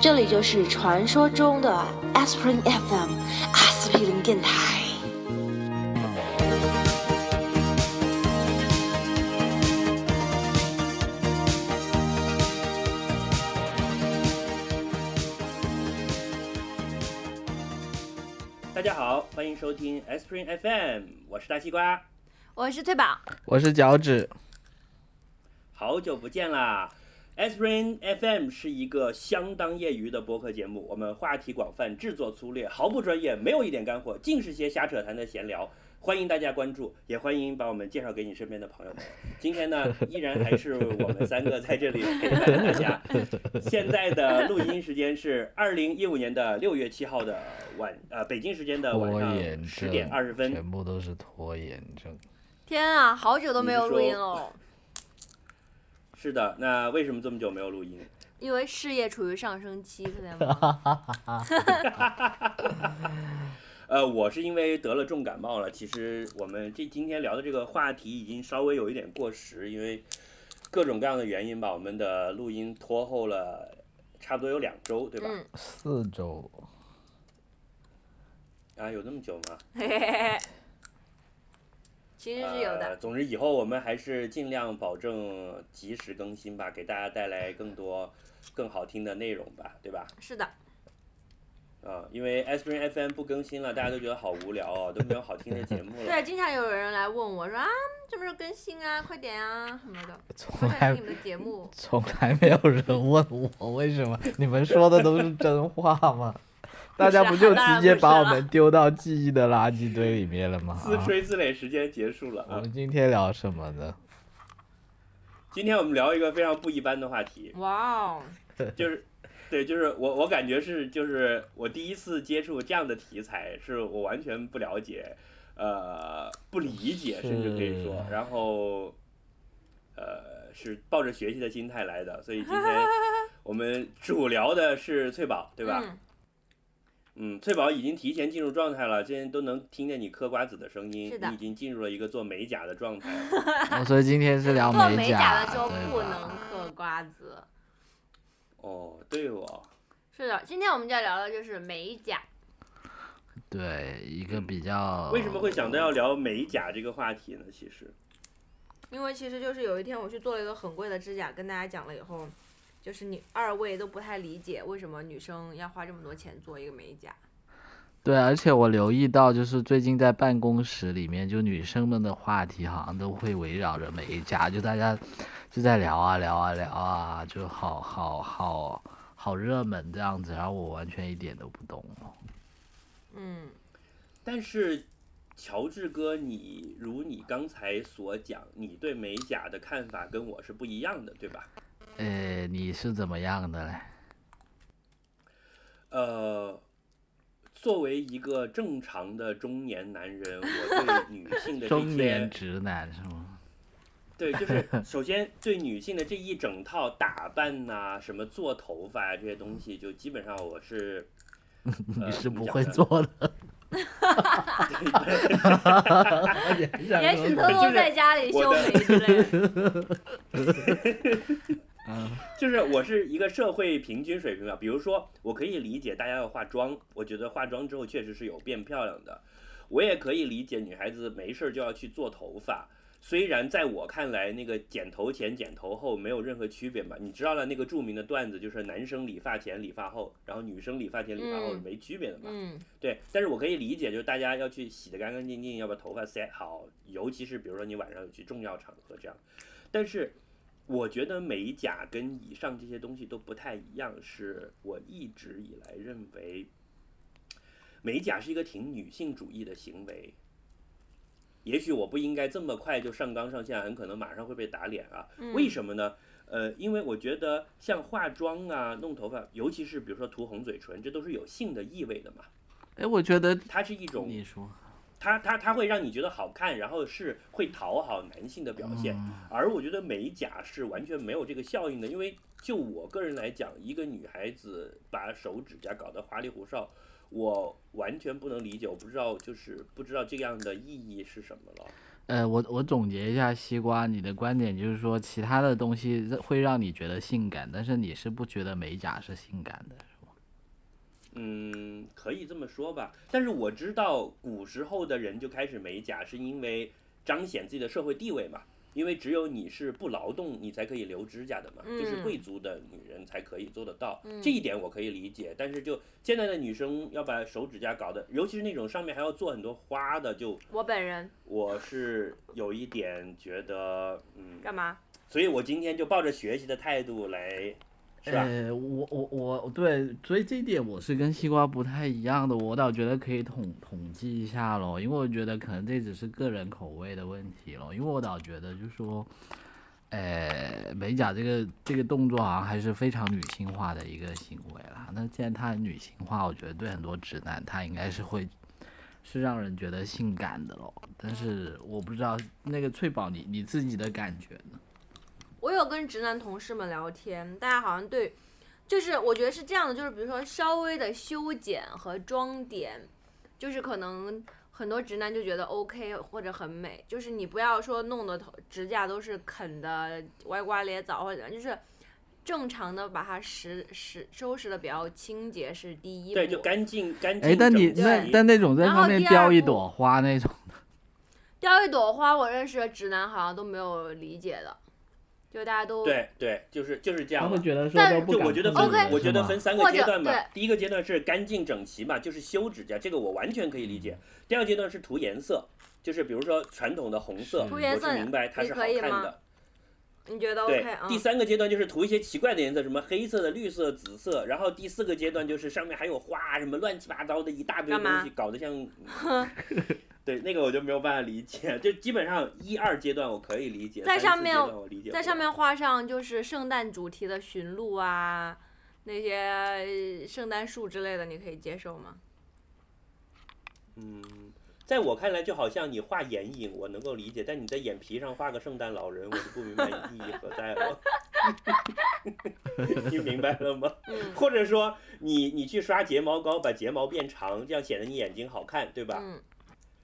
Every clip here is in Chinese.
这里就是传说中的 Aspirin FM 阿司匹林电台。大家好，欢迎收听 Spring FM，我是大西瓜，我是翠宝，我是脚趾，好久不见啦。Spring FM 是一个相当业余的播客节目，我们话题广泛，制作粗略，毫不专业，没有一点干货，尽是些瞎扯谈的闲聊。欢迎大家关注，也欢迎把我们介绍给你身边的朋友们。今天呢，依然还是我们三个在这里陪伴大家。现在的录音时间是二零一五年的六月七号的晚，呃，北京时间的晚拖延上症，十点二十分。全部都是拖延症。天啊，好久都没有录音了，是的，那为什么这么久没有录音？因为事业处于上升期，特别忙。 呃，我是因为得了重感冒了。其实我们这今天聊的这个话题已经稍微有一点过时，因为各种各样的原因吧，我们的录音拖后了差不多有两周，对吧？嗯四周，啊，有这么久吗？嘿嘿嘿其实是有呃的，总之，以后我们还是尽量保证及时更新吧，给大家带来更多更好听的内容吧，对呃吧？是的，啊、因为 S p r i n FM 不更新了，大家都觉得好无聊哦，都没有好听的节目了。对，经常有人来问我说啊，什么时候更新啊，快点啊什么的，从快点来听你们的节目。从来没有人问我为什么，你们说的都是真话 吗？大家不就直接把我们丢到记忆的垃圾堆里面了吗？自吹自擂时间结束了我啊！们今天聊什么 呢？今天我们聊一个非常不一般的话题， 哇哦，就是，对，就是我我感觉是就是我第一次接触这样的题材，是我完全不了解，呃，不理解，是甚至可以说，然后，呃，是抱着学习的心态来的，所以今天我们主聊的是翠宝，对吧？嗯嗯，翠宝已经提前进入状态了，今天都能听见你嗑瓜子的声音，是的你已经进入了一个做美甲的状态。哦所以今天是聊做美美甲的时候对不吧能嗑瓜子。哦，对哦，是的，今天我们就要聊的就是美甲。对一个比较为什么会想到要聊美甲这个话题呢？其实。因为其实就是有一天我去做了一个很贵的指甲，跟大家讲了以后，就是你二位都不太理解为什么女生要花这么多钱做一个美甲。对，而且我留意到，就是最近在办公室里面，就女生们的话题好像都会围绕着美甲，就大家就在聊啊聊啊聊啊，就好好好好热门这样子，然后我完全一点都不懂哦。嗯，但是，乔治哥，你如你刚才所讲，你对美甲的看法跟我是不一样的，对吧？呃，你是怎么样的嘞？呃，作为一个正常的中年男人，我对女性的这 中年些，直男是吗？对，就是首先对女性的这一整套打扮呐、什么做头发啊这些东西，就基本上我是。呃 你是怎么不讲会呢做的。也 也许偷就偷是在家里我修的眉之类 的。就是我是一个社会平均水平吧，啊比如说，我可以理解大家要化妆，我觉得化妆之后确实是有变漂亮的，我也可以理解女孩子没事儿就要去做头发。虽然在我看来，那个剪头前、剪头后没有任何区别嘛，你知道了那个著名的段子，就是男生理发前、理发后，然后女生理发前、理发后是嗯没区别的嘛。嗯，对，但是我可以理解，就是大家要去洗得干干净净，要把头发塞好，尤其是比如说你晚上有去重要场合这样。但是我觉得美甲跟以上这些东西都不太一样，是我一直以来认为美甲是一个挺女性主义的行为。也许我不应该这么快就上纲上线，很可能马上会被打脸啊。嗯为什么呢？呃，因为我觉得像化妆啊、弄头发，尤其是比如说涂红嘴唇，这都是有性的意味的嘛。哎，我觉得它是一种你说它它它会让你觉得好看，然后是会讨好男性的表现。而我觉得美甲是完全没有这个效应的，因为就我个人来讲，一个女孩子把手指甲搞得花里胡哨，我完全不能理解，我不知道就是不知道这样的意义是什么了。呃，我我总结一下西瓜，你的观点就是说，其他的东西会让你觉得性感，但是你是不觉得美甲是性感的，是吧？嗯，可以这么说吧。但是我知道古时候的人就开始美甲，是因为彰显自己的社会地位嘛。因为只有你是不劳动，你才可以留指甲的嘛，就是嗯贵族的女人才可以做得到。这一点我可以理解，但是就现在的女生要把手指甲搞得，尤其是那种上面还要做很多花的，就我本人我是有一点觉得，嗯，干嘛？所以我今天就抱着学习的态度来，是吧？呃，我我我对，所以这一点我是跟西瓜不太一样的，我倒觉得可以统统计一下咯，因为我觉得可能这只是个人口味的问题咯，因为我倒觉得就是说，呃，美甲这个这个动作好像还是非常女性化的一个行为啦。那既然它很女性化，我觉得对很多直男他应该是会是让人觉得性感的咯。但是我不知道那个翠宝你你自己的感觉呢？我有跟直男同事们聊天，大家好像对，就是我觉得是这样的，就是比如说稍微的修剪和装点，就是可能很多直男就觉得 OK 或者很美，就是你不要说弄的头指甲都是啃的歪瓜裂枣或者怎么样，就是正常的把它拾拾收拾的比较清洁是第一步，对，就干净干净。哎，但你整齐那但那种在然上后面第二雕一步朵花那种。掉一朵花，我认识的直男好像都没有理解的，就大家都对对，就是就是这样他嘛。会觉得说但都是不就敢我觉得碰分 OK 我觉得是吗分三个阶段或吧者。第一个阶段是干净整齐嘛，就是修指甲，这个我完全可以理解。第二个阶段是涂颜色，就是比如说传统的红色，涂我颜色是明白它你是好可以看吗的。你觉得 OK 对啊、，第三个阶段就是涂一些奇怪的颜色，什么黑色的、绿色、紫色。然后第四个阶段就是上面还有花，什么乱七八糟的一大堆干嘛东西，搞得 像。对，那个我就没有办法理解。就基本上一二阶段我可以理解，在三上四面阶段我理解在不上了面画上就是圣诞主题的驯鹿啊，那些呃圣诞树之类的，你可以接受吗？嗯，在我看来，就好像你画眼影，我能够理解，但你在眼皮上画个圣诞老人，我就不明白意义何在了。 你明白了吗？嗯或者说你，你去刷睫毛膏，把睫毛变长，这样显得你眼睛好看，对吧？嗯，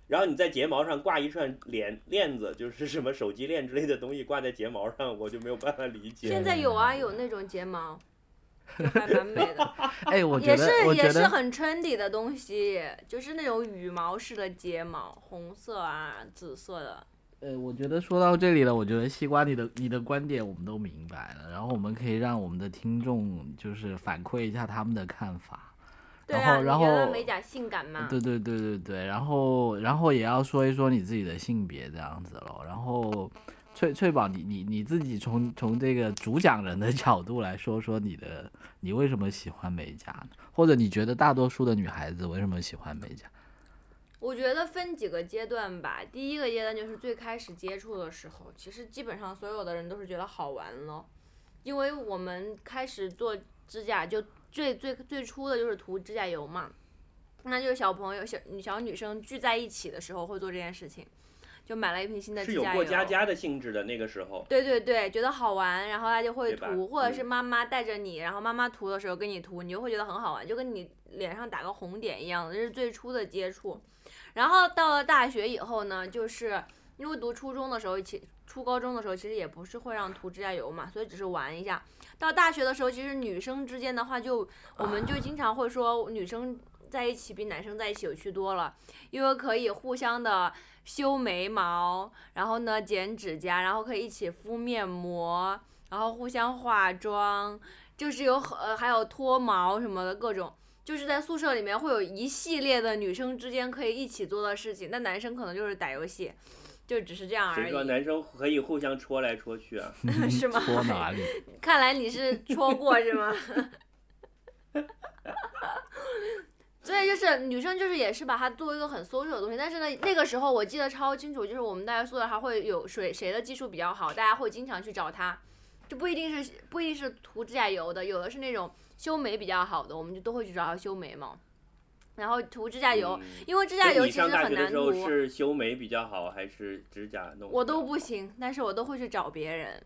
然后你在睫毛上挂一串链链子，就是什么手机链之类的东西挂在睫毛上，我就没有办法理解。现在有啊，有那种睫毛，就还蛮美的，哎， 啊我觉也得是我也觉是得很 trendy 的东西，就是那种羽毛式的睫毛，红色啊、紫色的，呃，我觉得说到这里了，我觉得西瓜你的你的观点我们都明白了，然后我们可以让我们的听众就是反馈一下他们的看法。对然啊，后你然觉得后美甲性感嗯吗？对对对对对，然后然后也要说一说你自己的性别这样子咯。然后翠翠宝，你你你自己从从这个主讲人的角度来说说你的你为什么喜欢美甲呢？或者你觉得大多数的女孩子为什么喜欢美 甲？我觉得分几个阶段吧。第一个阶段就是最开始接触的时候，其实基本上所有的人都是觉得好玩咯，因为我们开始做指甲就最最最初的就是涂指甲油嘛，那就是小朋友小小女生聚在一起的时候会做这件事情，就买了一瓶新的是指有甲过油。家家的性质的那个时候，对对对，觉得好玩，然后他就会对吧涂，或者是嗯妈妈带着你，然后妈妈涂的时候跟你涂，你就会觉得很好玩，就跟你脸上打个红点一样，这是最初的接触。然后到了大学以后呢，就是因为读初中的时候，其初高中的时候其实也不是会让涂指甲油嘛，所以只是玩一下。到大学的时候，其实女生之间的话就，我们就经常会说女生。在一起比男生在一起有趣多了，因为可以互相的修眉毛，然后呢剪指甲，然后可以一起敷面膜，然后互相化妆，就是有很呃还有脱毛什么的各种，就是在宿舍里面会有一系列的女生之间可以一起做的事情，那男生可能就是打游戏，就只是这样而谁说 已，男生可以互相戳来戳去啊？是吗？说哪里？看来你是戳过是吗？所以就是女生就是也是把它作为一个很 social 的东西，但是呢，那个时候我记得超清楚，就是我们大学宿舍还会有谁谁的技术比较好，大家会经常去找他，就不一定是不一定是涂指甲油的，有的是那种修眉比较好的，我们就都会去找他修眉毛，然后涂指甲油，嗯因为指所甲以油你其上实大很学的难时候涂。是修眉比较好，还是指甲弄？我都不行，但是我都会去找别人。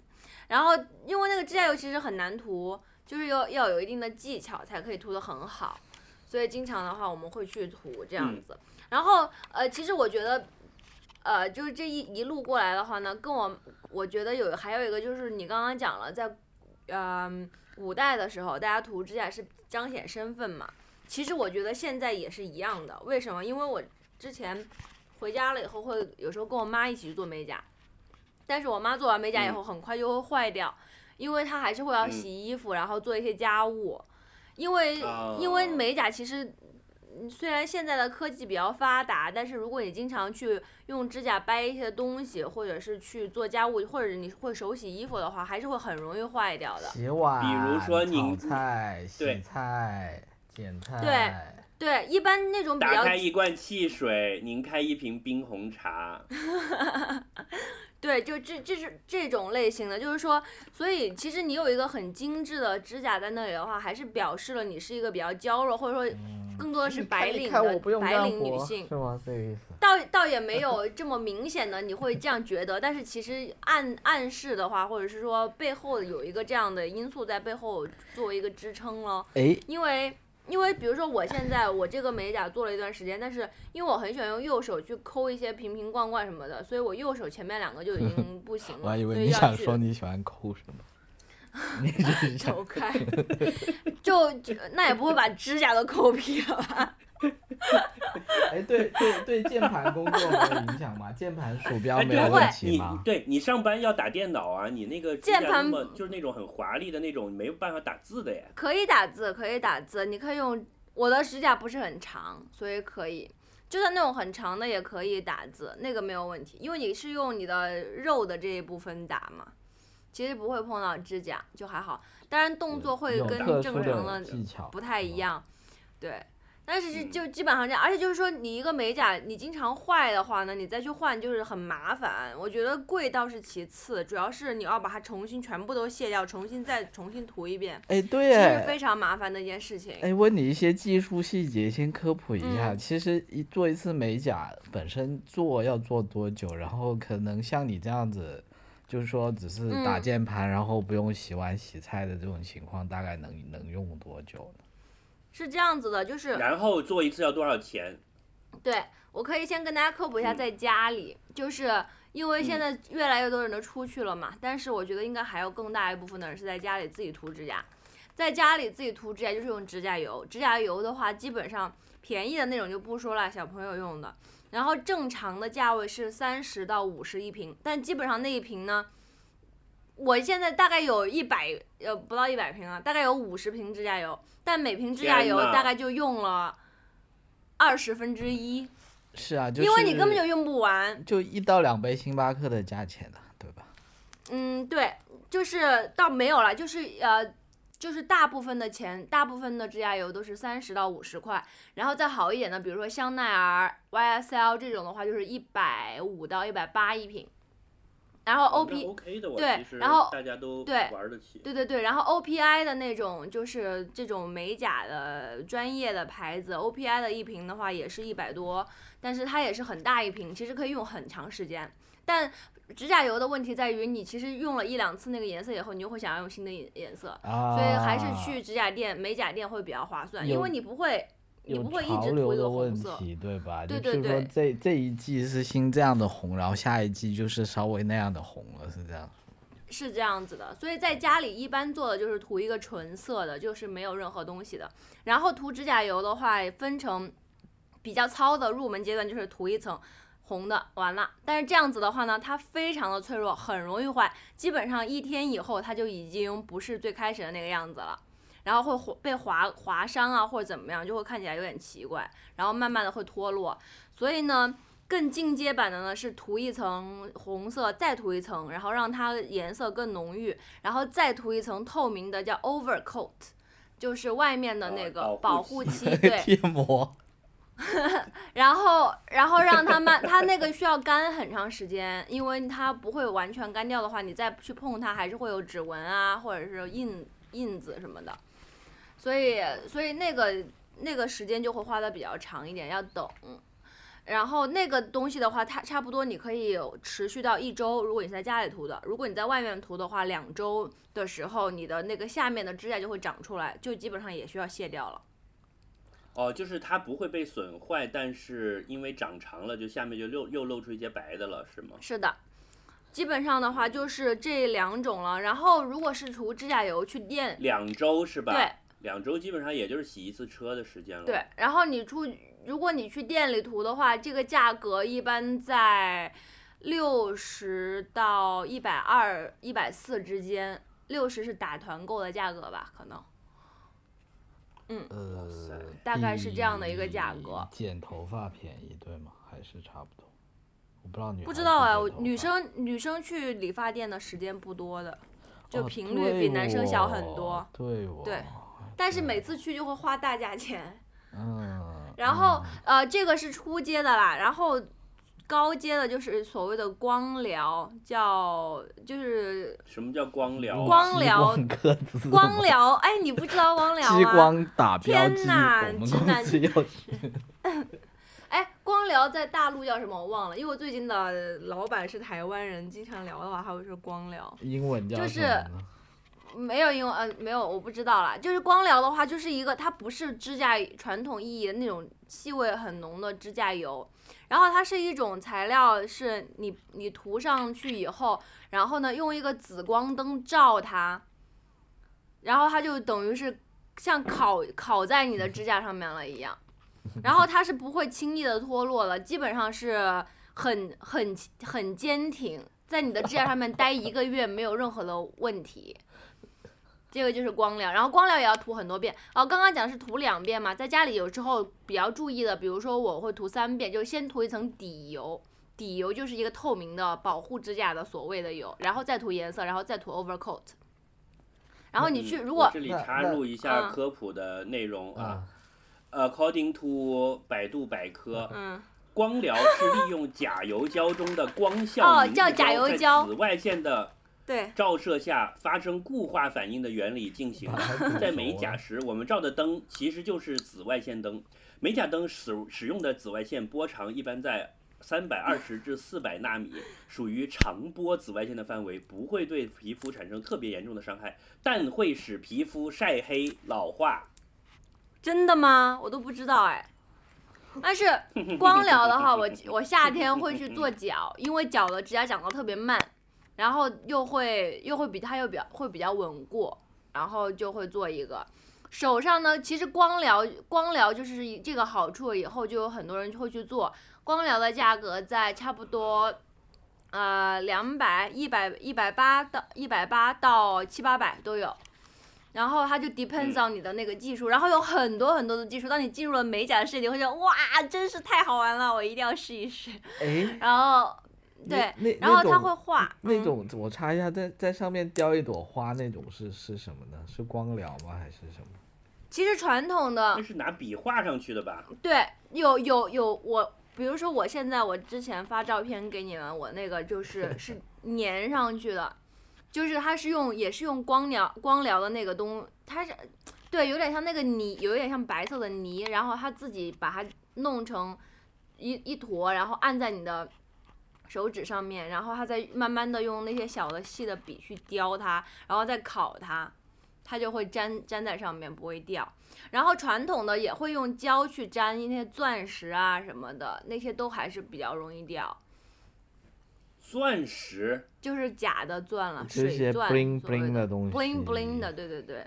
然后因为那个指甲油其实很难涂，就是要要有一定的技巧才可以涂得很好，所以经常的话我们会去涂这样嗯子。然后呃，其实我觉得，呃，就是这一一路过来的话呢，跟我我觉得有还有一个就是你刚刚呃讲了，在嗯、古代的时候，大家涂指甲是彰显身份嘛。其实我觉得现在也是一样的，为什么？因为我之前回家了以后，会有时候跟我妈一起去做美甲，但是我妈做完美甲以后，很快就会坏掉，因为她还是会要嗯洗衣服，然后做一些家务，因为、哦因为美甲其实。嗯虽然现在的科技比较发达，但是如果你经常去用指甲掰一些东西，或者是去做家务，或者你会手洗衣服的话，还是会很容易坏掉的。洗碗，比如说炒您菜、洗对菜、剪菜，对对，一般那种比较打开一罐汽水，拧开一瓶冰红 茶，对，就这这是这种类型的，就是说，所以其实你有一个很精致的指甲在那里的话，还是表示了你是一个比较娇弱，或者说嗯更多的是你看白你领看我的不用白干领女活 性是。吗？这个意思。倒倒也没有这么明显的，你会这样觉得，但是其实暗暗示的话，或者是说背后有一个这样的因素在背后作为一个支撑咯。哎，因为因为比如说我现在我这个美甲做了一段时间，但是因为我很喜欢用右手去抠一些瓶瓶罐罐什么的，所以我右手前面两个就已经不行了，我还以为所以你要想去说你喜欢抠什么， 你就是想走开， 就就那也不会把指甲都抠平吧？哎，对对对，键盘工作没有影响吗？键盘鼠标哎，没对有不问会啊，题你吗？对你上班要打电脑啊，你那个指键甲盘那么就是那种很华丽的那种，没有办法打字的耶。可以打字，可以打字，你可以用我的指甲不是很长，所以可以。就算那种很长的也可以打字，那个没有问题，因为你是用你的肉的这一部分打嘛，其实不会碰到指甲，就还好。当然动作会有跟特殊正常的的技巧，不太一样，对。但是这嗯就基本上这样，而且就是说你一个美甲你经常坏的话呢，你再去换就是很麻烦。我觉得贵倒是其次，主要是你要把它重新全部都卸掉，重新再重新涂一遍，哎，其对，实是非常麻烦的一件事情。嗯哎，问你一些技术细节，先科普一下。嗯其实一做一次美甲，本身做要做多久？然后可能像你这样子，就是说只是打嗯键盘，然后不用洗碗洗菜的这种情况，大概能能用多久呢？是这样子的，就是然后做一次要多少钱？对我可以先跟大家科普一下，嗯在家里，就是因为现嗯在越来越多人都出去了嘛，但是我觉得应该还有更大一部分的人是在家里自己涂指甲，在家里自己涂指甲就是用指甲油，指甲油的话基本上便宜的那种就不说了，小朋友用的，然后正常的价位是三十到五十一瓶，但基本上那一瓶呢。我现在大概有一百，呃，不到一百瓶啊，大概有五十瓶指甲油，但每瓶指甲天油呐大概就用了二十分之一，是啊，就因为你根本就是用不完。就一到两杯星巴克的价钱了、对吧？嗯，对，就是倒没有了，就是呃，就是大部分的钱，大部分的指甲油都是三十到五十块，然后再好一点的，比如说香奈儿、YSL 这种的话，就是一百五到一百八一瓶。然后哦 O 哦那 P OK 的，我对其实然后大家都对玩得起。对对对，然后 O P I 的那种就是这种美甲的专业的牌子，O P I 的一瓶的话也是一百多，但是它也是很大一瓶，其实可以用很长时间。但指甲油的问题在于，你其实用了一两次那个颜色以后，你就会想要用新的颜颜色，啊，所以还是去指甲店、美甲店会比较划算，因有为你不会，你有不会一潮直流涂一的个问红色。题，对吧？对就对是说对这这一季是新这样的红，然后下一季就是稍微那样的红了，是这样。是这样子的，所以在家里一般做的就是涂一个纯色的，就是没有任何东西的。然后涂指甲油的话，分成比较糙的入门阶段，就是涂一层红的，完了。但是这样子的话呢，它非常的脆弱，很容易坏，基本上一天以后它就已经不是最开始的那个样子了。然后会划被划划伤啊，或者怎么样，就会看起来有点奇怪，然后慢慢的会脱落。所以呢，更进阶版的呢是涂一层红色，再涂一层，然后让它颜色更浓郁，然后再涂一层透明的，叫 overcoat，就是外面的那个哦保保护护漆， 对，贴膜，然后，然后让它慢，它那个需要干很长时间，因为它不会完全干掉的话，你再去碰它还是会有指纹啊，或者是印印子什么的，所以，所以那个那个时间就会花的比较长一点，要等。然后那个东西的话，它差不多你可以持续到一周，如果你在家里涂的，如果你在外面涂的话，两周的时候，你的那个下面的指甲就会长出来，就基本上也需要卸掉了。哦，就是它不会被损坏，但是因为长长了，就下面就又又露出一些白的了，是吗？是的，基本上的话就是这两种了。然后如果是涂指甲油去店，两周是吧？嗯对，两周基本上也就是洗一次车的时间了。对，，然后你出，如果你去店里涂的话，这个价格一般在六十到一百二、一百四之间，六十是打团购的价格吧？可能呃塞，大概是这样的一个价比格。剪头发便宜对吗？还是差不多？我不知道女不孩知子道哎，剪我头女发生女生去理发店的时间不多的，就哦频率比男生小很对多。哦对我对但是对每次去就会花大价钱。嗯，然后嗯呃，这个是初阶的啦，然后高阶的就是所谓的光疗，叫 就是什么叫光疗啊？光疗激光刻字光吗疗。哎，你不知道光疗 吗？激光打标天记，哪我们直公男司要哎，光疗在大陆叫什么？我忘了，因为我最近的老板是台湾人，经常聊的话，他会说光疗。英文叫就什是么呢没有英文，呃，没有，我不知道啦。就是光疗的话，就是一个它不是指甲传统意义的那种气味很浓的指甲油，然后它是一种材料，是你你涂上去以后，然后呢用一个紫光灯照它，然后它就等于是像烤烤在你的指甲上面了一样，然后它是不会轻易的脱落了，基本上是很很很坚挺，在你的指甲上面待一个月没有任何的问题。这个就是光疗，然后光疗也要涂很多遍。哦，刚刚讲的是涂两遍嘛，在家里有时候比较注意的，比如说我会涂三遍，就是先涂一层底油，底油就是一个透明的保护指甲的所谓的油，然后再涂颜色，然后再涂 overcoat。然后你去，嗯如我果这里那插那入一下嗯科普的内容啊 啊？ ，according to 百度百科，嗯，光疗是利用甲油胶中的光效哦凝叫固甲油在胶紫外线的对，照射下发生固化反应的原理进行。在 美啊甲时，我们照的灯其实就是紫外线灯。美甲灯使使用的紫外线波长一般在三百二十至四百纳米，属于长波紫外线的范围，不会对皮肤产生特别严重的伤害，但会使皮肤晒黑、老化。真的吗？我都不知道哎。但是光疗的话，我我夏天会去做脚，因为脚的指甲长得特别慢，然后又会又会比它又比较会比较稳固，然后就会做一个。手上呢，其实光疗光疗就是一这个好处，以后就有很多人会去做。光疗的价格在差不多，呃，两百、一百、一百八到一百八到七八百都有。然后它就 depends on 你的那个技术，然后有很多很多的技术。当你进入了美甲的世界，你会觉得哇，真是太好玩了，我一定要试一试。哎，然后，对那，那然后它种会画那嗯种我查一下，在在上面雕一朵花那种是是什么呢？是光疗吗？还是什么？其实传统的那是拿笔画上去的吧？对，有有有，我比如说我现在我之前发照片给你们，我那个就是是粘上去的，就是它是用也是用光疗光疗的那个东，它是对有点像那个泥，有点像白色的泥，然后它自己把它弄成一一坨，然后按在你的。手指上面，然后它再慢慢的用那些小的细的笔去雕它，然后再烤它，它就会粘粘在上面不会掉。然后传统的也会用胶去粘一些钻石啊什么的，那些都还是比较容易掉，钻石就是假的钻了，这啊水些钻 bling 所谓 bling 的东西 bling bling 的，对对对。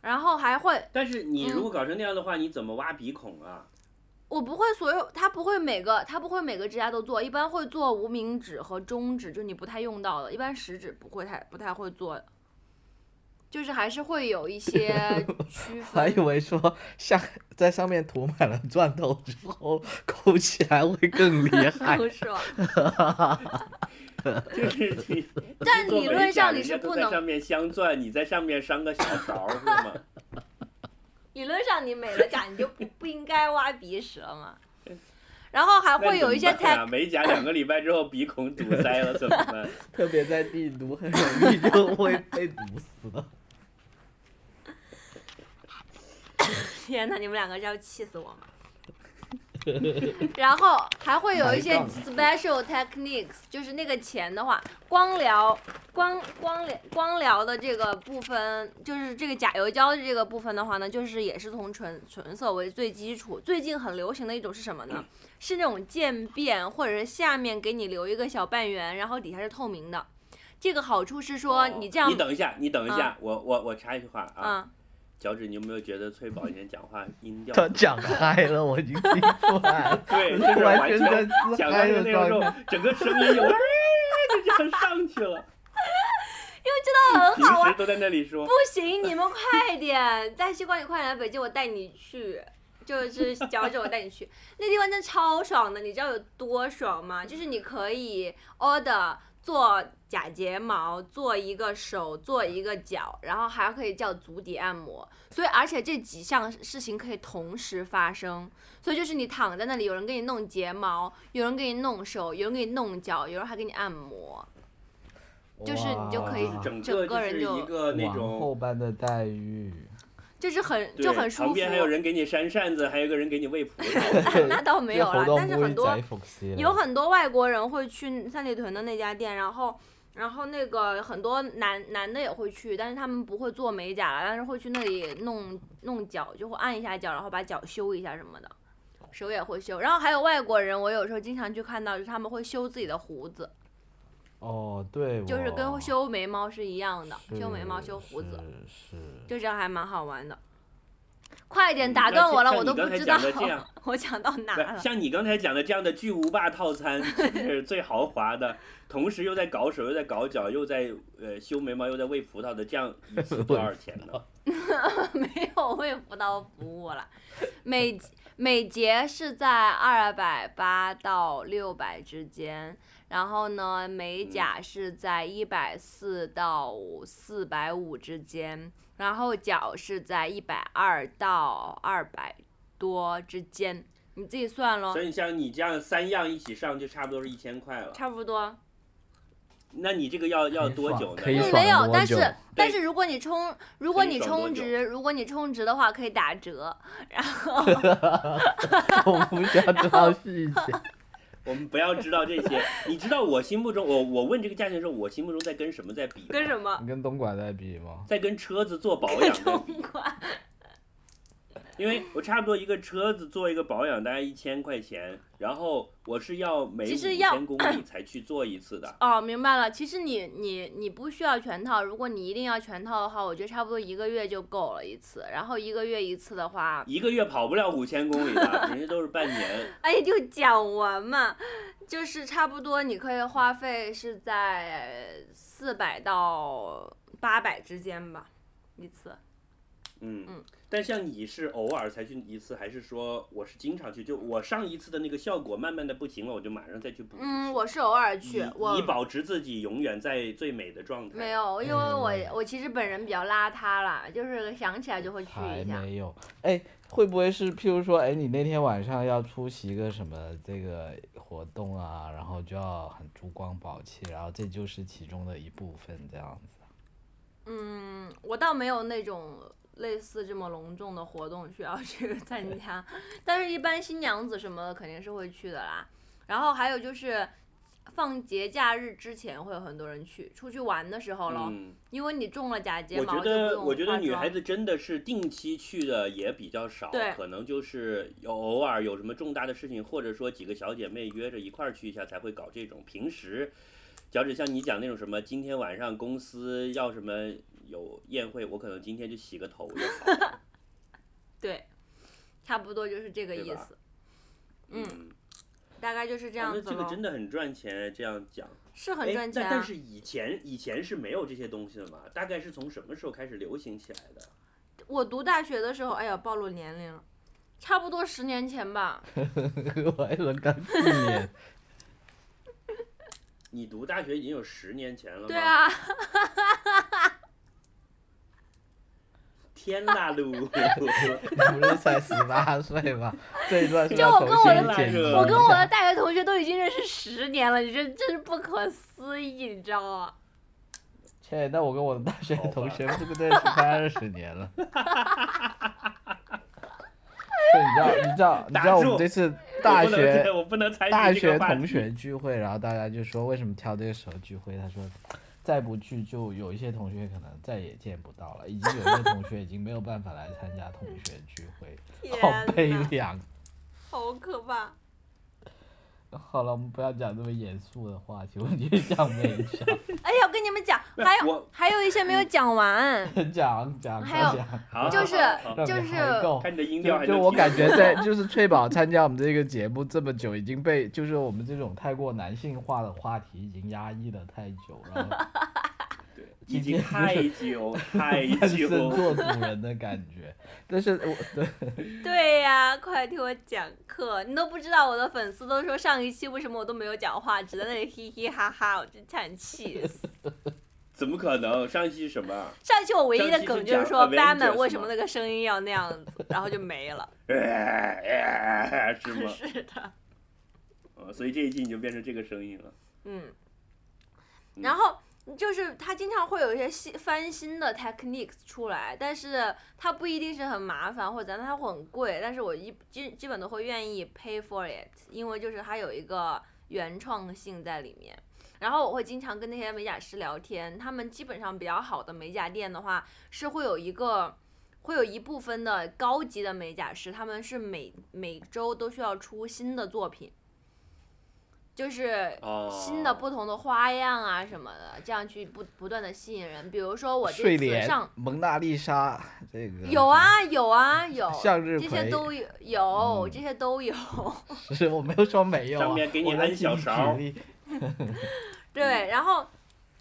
然后还会，但是你如果嗯搞成那样的话，你怎么挖鼻孔啊？我不会所有，它不会每个，它不会每个指甲都做，一般会做无名指和中指，就你不太用到的，一般食指不会太不太会做的，就是还是会有一 些区我还分以。为说像在上面涂满了钻头之后 抠起来会更厉 害。不是吧？就是你，但做理美论甲上你人家是都不在能上面镶钻，你在上面伤个小勺是吗？理论上你美了甲，你就不不应该挖鼻屎了嘛。然后还会有一些那怎么办 tech，啊美甲两个礼拜之后鼻孔堵塞了怎么办？特别在帝都，很容易就会被毒死的。天呐，你们两个是要气死我 吗？然后还会有一些埋 special techniques，就是那个钱的话，光疗、光光疗、光疗的这个部分，就是这个甲油胶的这个部分的话呢，就是也是从纯纯色为最基础。最近很流行的一种是什 么呢？是那种渐变，或者是下面给你留一个小半圆，然后底下是透明 的。这个好处是说，哦你这样，你等一下，你等一下，我我我插一句话啊，嗯，脚趾，你有没有觉得翠宝以前讲话音调，他？讲嗨了，我已经听出来了对，就我 是完完全哎在 全自讲到嗨这个的内容之状后态。， 整个声音有就这样上去 了。很平好玩时。都在那里说不，行，你们快点，大西瓜，你快来北京，我带你去。就是脚趾，我带你去，那地方真的超爽的，你知道有多爽吗？就是你可以 order 做假睫毛，做一个手，做一个脚，然后还可以叫足底按摩。所以，而且这几项事情可以同时发生。所以就是你躺在那里，有人给你弄睫毛，有人给你弄手，有人给你弄脚，有人还给你按摩，就是你就可以哇整整个个就人是就一个那王种后般的待遇，就是很对就很舒服。旁边还 有人给你扇扇子，还有个人给你喂葡萄。那倒没有啦，但是很多有有很多外国人会去三里屯的那家店，然后然后那个很多男男的也会去，但是他们不会做美甲了，但是会去那里弄弄脚，就会按一下脚，然后把脚修一下什么的，手也会修。然后还有外国人，我有时候经常去看到，就是他们会修自己的胡子，哦，对哦，就是跟修眉毛是一样的，修眉毛、是修胡子，，是就这样还蛮好玩的。快点打嗯那断像我了，像我你都刚不才知道讲的这样 我讲到哪不了。像你刚才讲的这样的巨无霸套餐，是最豪华的，同时又在搞手，又在搞脚，又在呃修眉毛，又在喂葡萄的，这样一次多少钱呢？ 没有为辅导服务了，每每节是在二百八到六百之间，然后呢，美甲是在一百四到四百五之间，然后脚是在一百二到二百多之间，你自己算咯所，以像你这样三样一起上，就差不多是一千块了。差不多。那你这个要要多久呢？可以嗯，爽没有多，但久是但是如果你充，如果可以你爽多充久值，如果你充值的话可以打折， 我不想知道细节。我们不要知道这些。你知道我心目中，我我问这个价钱的时候，我心目中在跟什么在比吗？跟什 么？你跟东莞在比吗？在跟车子做保养在比，中国。因为我差不多一个车子做一个保养大概一千块钱，然后我是要每其五实要。千公里才去做一次的哦，明白了。其实你你你不需要全套，如果你一定要全套的话，我觉得差不多一个月就够了一次。然后一个月一次的话，一个月跑不了五千公里 的，人家都是半年。哎，就讲完嘛，就是差不多你可以花费是在四百到八百之间吧，一次。嗯嗯，但像你是偶尔才去一次，还是说我是经常去？就我上一次的那个效果慢慢的不行了，我就马上再去补一次。嗯，我是偶尔以去，我以保持自己永远在最美的状态。没，有，因为我、我其实本人比较邋遢啦，就是想起来就会去还一下。没有，哎，会不会是譬如说，哎，你那天晚上要出席个什么这个活动啊，然后就要很珠光宝气，然后这就是其中的一部分这样子。嗯，我倒没有那种类似这么隆重的活动需要去 参加，但是一般新娘子什么的肯定是会去的啦。然后还有就是放节假日之前会有很多人去，出去玩的时候咯，嗯，因为你中了假睫我毛觉就不得，用我觉得化女妆孩子真的是定期去的也比较少对，可能就是有偶尔有什么重大的事情，或者说几个小姐妹约着一块儿去一下才会搞这种。平时，脚趾像你讲那种什么，今天晚上公司要什么有宴会，我可能今天就洗个头就好了。对，差不多就是这个对意吧思，嗯，大概就是这这样子这个咯真的很赚钱，这样讲。是哎很赚钱、但啊但是以前以前是没有这些东西的嘛？大概是从什么时候开始流行起来的？我读大学的时候，哎呀，暴露年龄了，差不多十年前吧。嗯 我艾伦刚四年，你读大学已经有十年前了吗？对啊。天啦噜！你不是才十八岁吗？这一段是就要我重跟我新的剪辑我我一跟我的下大学同学都已经认识十年了，你这真是不可思议，你知道吗？切，那我跟我的大学好吧同学不认识快二十年了。 对，你知道，你知道，你知道我们这次大学我不能参与大哎这个学话同题学聚会，然后大家就说为什么挑这个时候聚会？他说，再不聚就有一些同学可能再也见不到了，已经有一些同学已经没有办法来参加同学聚会，天好悲呐，凉。好可怕！好了，我们不要讲这么严肃的话题，我们就讲美甲，哎呀，我跟你们讲，不还有我啊还有一些没有讲完，讲讲还有快讲，好，就是好好好就让你是嗨够看你的音调就还就能我听感出觉 在就是翠宝参加我们这个节目这么久，已经被就是我们这种太过男性化的话题已经压抑了太久了，对，已经太久 太但是久，做主人的感 觉。但是我 对对呀、快听我讲课，你都不知道我的粉丝都说上一期为什么我都没有讲话，只在那里嘻嘻哈哈，我真想气死。怎么可能？上一期是什么？ 上一期我唯一的梗就是上说期是讲 Batman Avengers 为什么吗那个声音要那样子，然后就没了。哎哎，是吗？ 是的，呃所以这一季你就变成这个声音了。嗯，嗯然后。就是他经常会有一些新翻新的 techniques 出来，但是它不一定是很麻烦或者它会很贵，但是我一基基本都会愿意 pay for it，因为就是它有一个原创性在里面。然后我会经常跟那些美甲师聊天，他们基本上比较好的美甲店的话，是会有一个，会有一部分的高级的美甲师，他们是每每周都需要出新的作品，就是哦，新的不同的花样啊什么的，这样去不不断的吸引人。比如说我这睡次莲上、蒙娜丽莎这个有，啊有啊有，向日这些葵嗯都有有、这些都有。 是我没有说没有、啊，上面给你我在安替小你举勺例对，然后，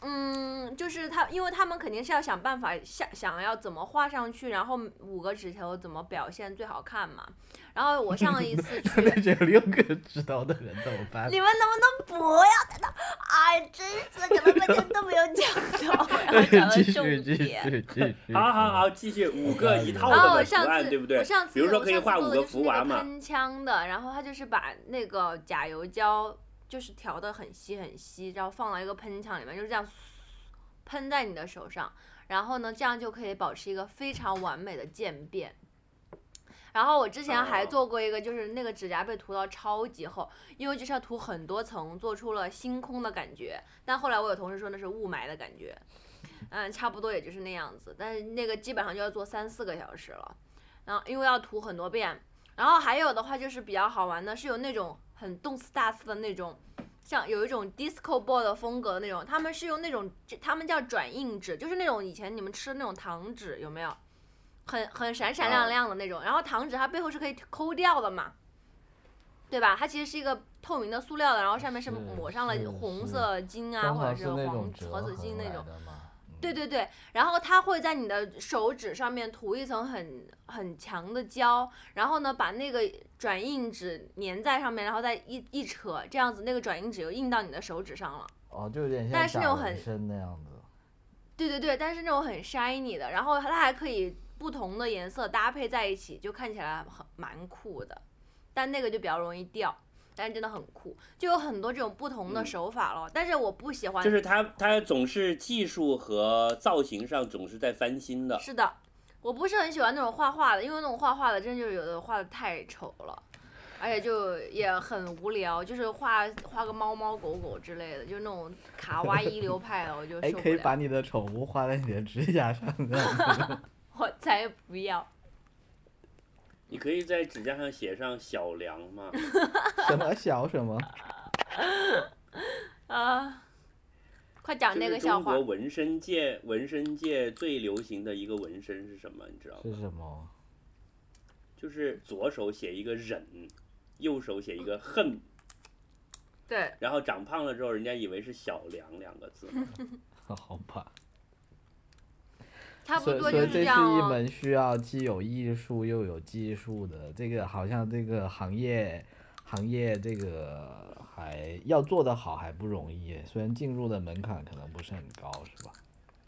嗯，就是他，因为他们肯定是要想办法想想要怎么画上去，然后五个指头怎么表现最好看嘛。然后我上一 次去，那这六个指头的人怎么办？你们能不能不要在那？哎，真是可能大家都没有讲到，然后讲了 继重续继点。续继 续。好好好，继续五个一套然后我的图哦上案，次，对不对我上？次比如说我可以上次画做五的就是福那娃嘛，喷枪的，然后他就是把那个甲油胶就是调的很稀很稀，然后放到一个喷枪里面，就是这样喷在你的手上，然后呢，这样就可以保持一个非常完美的渐变。然后我之前还哦做过一个，就是那个指甲被涂到超级厚，因为就是要涂很多层，做出了星空的感觉。但后来我有同事说那是雾霾的感觉，嗯，差不多也就是那样子。但是那个基本上就要做三四个小时了，然后因为要涂很多遍。然后还有的话就是比较好玩的，是有那种很动次打次的那种，像有一种 disco ball 的风格的那种，他们是用那种，这他们叫转印纸，就是那种以前你们吃的那种糖纸，有没有？很很闪闪亮啊亮的那种，然后糖纸它背后是可以抠掉的嘛，对吧？它其实是一个透明的塑料的，然后上面是是抹上是了红是色金啊，通或者常是那黄种折盒子金那合种来。的嘛。嗯对对对，然后它会在你的手指上面涂一层很很强的胶，然后呢把那个转印纸粘在上面，然后再一一扯，这样子那个转印纸又印到你的手指上了。哦，就有点像但是那种假人很参那样子。对对对，但是那种很 shiny 的，然后它还可以不同的颜色搭配在一起，就看起来很蛮酷的，但那个就比较容易掉。但是真的很酷，就有很多这种不同的嗯手法咯。但是我不喜欢，就是它它总是技术和造型上总是在翻新的。是的，我不是很喜欢那种画画的，因为那种画画的真的就是有的画的太丑了，而且就也很无聊，就是画画个猫猫狗狗之类的，就是那种卡哇伊流派的，我就哎，受不可以了。把你的宠物画在你的指甲上 这样子我才不要！你可以在指甲上写上小梁嘛，什么小什 么？啊，快讲就那是个笑中话国。纹身界纹身界最流行的一个纹身是什么？你知道吗？是什么？ 就是左手写一个忍，右手写一个恨，对，然后长胖了之后，人家以为是小梁两个字。嗯好吧，差不所以多所就以是这是样一哦。门需要既有艺术又有技术的，这个好像这个行业行业这个还要做得好还不容易，虽然进入的门槛可能不是很高，是吧？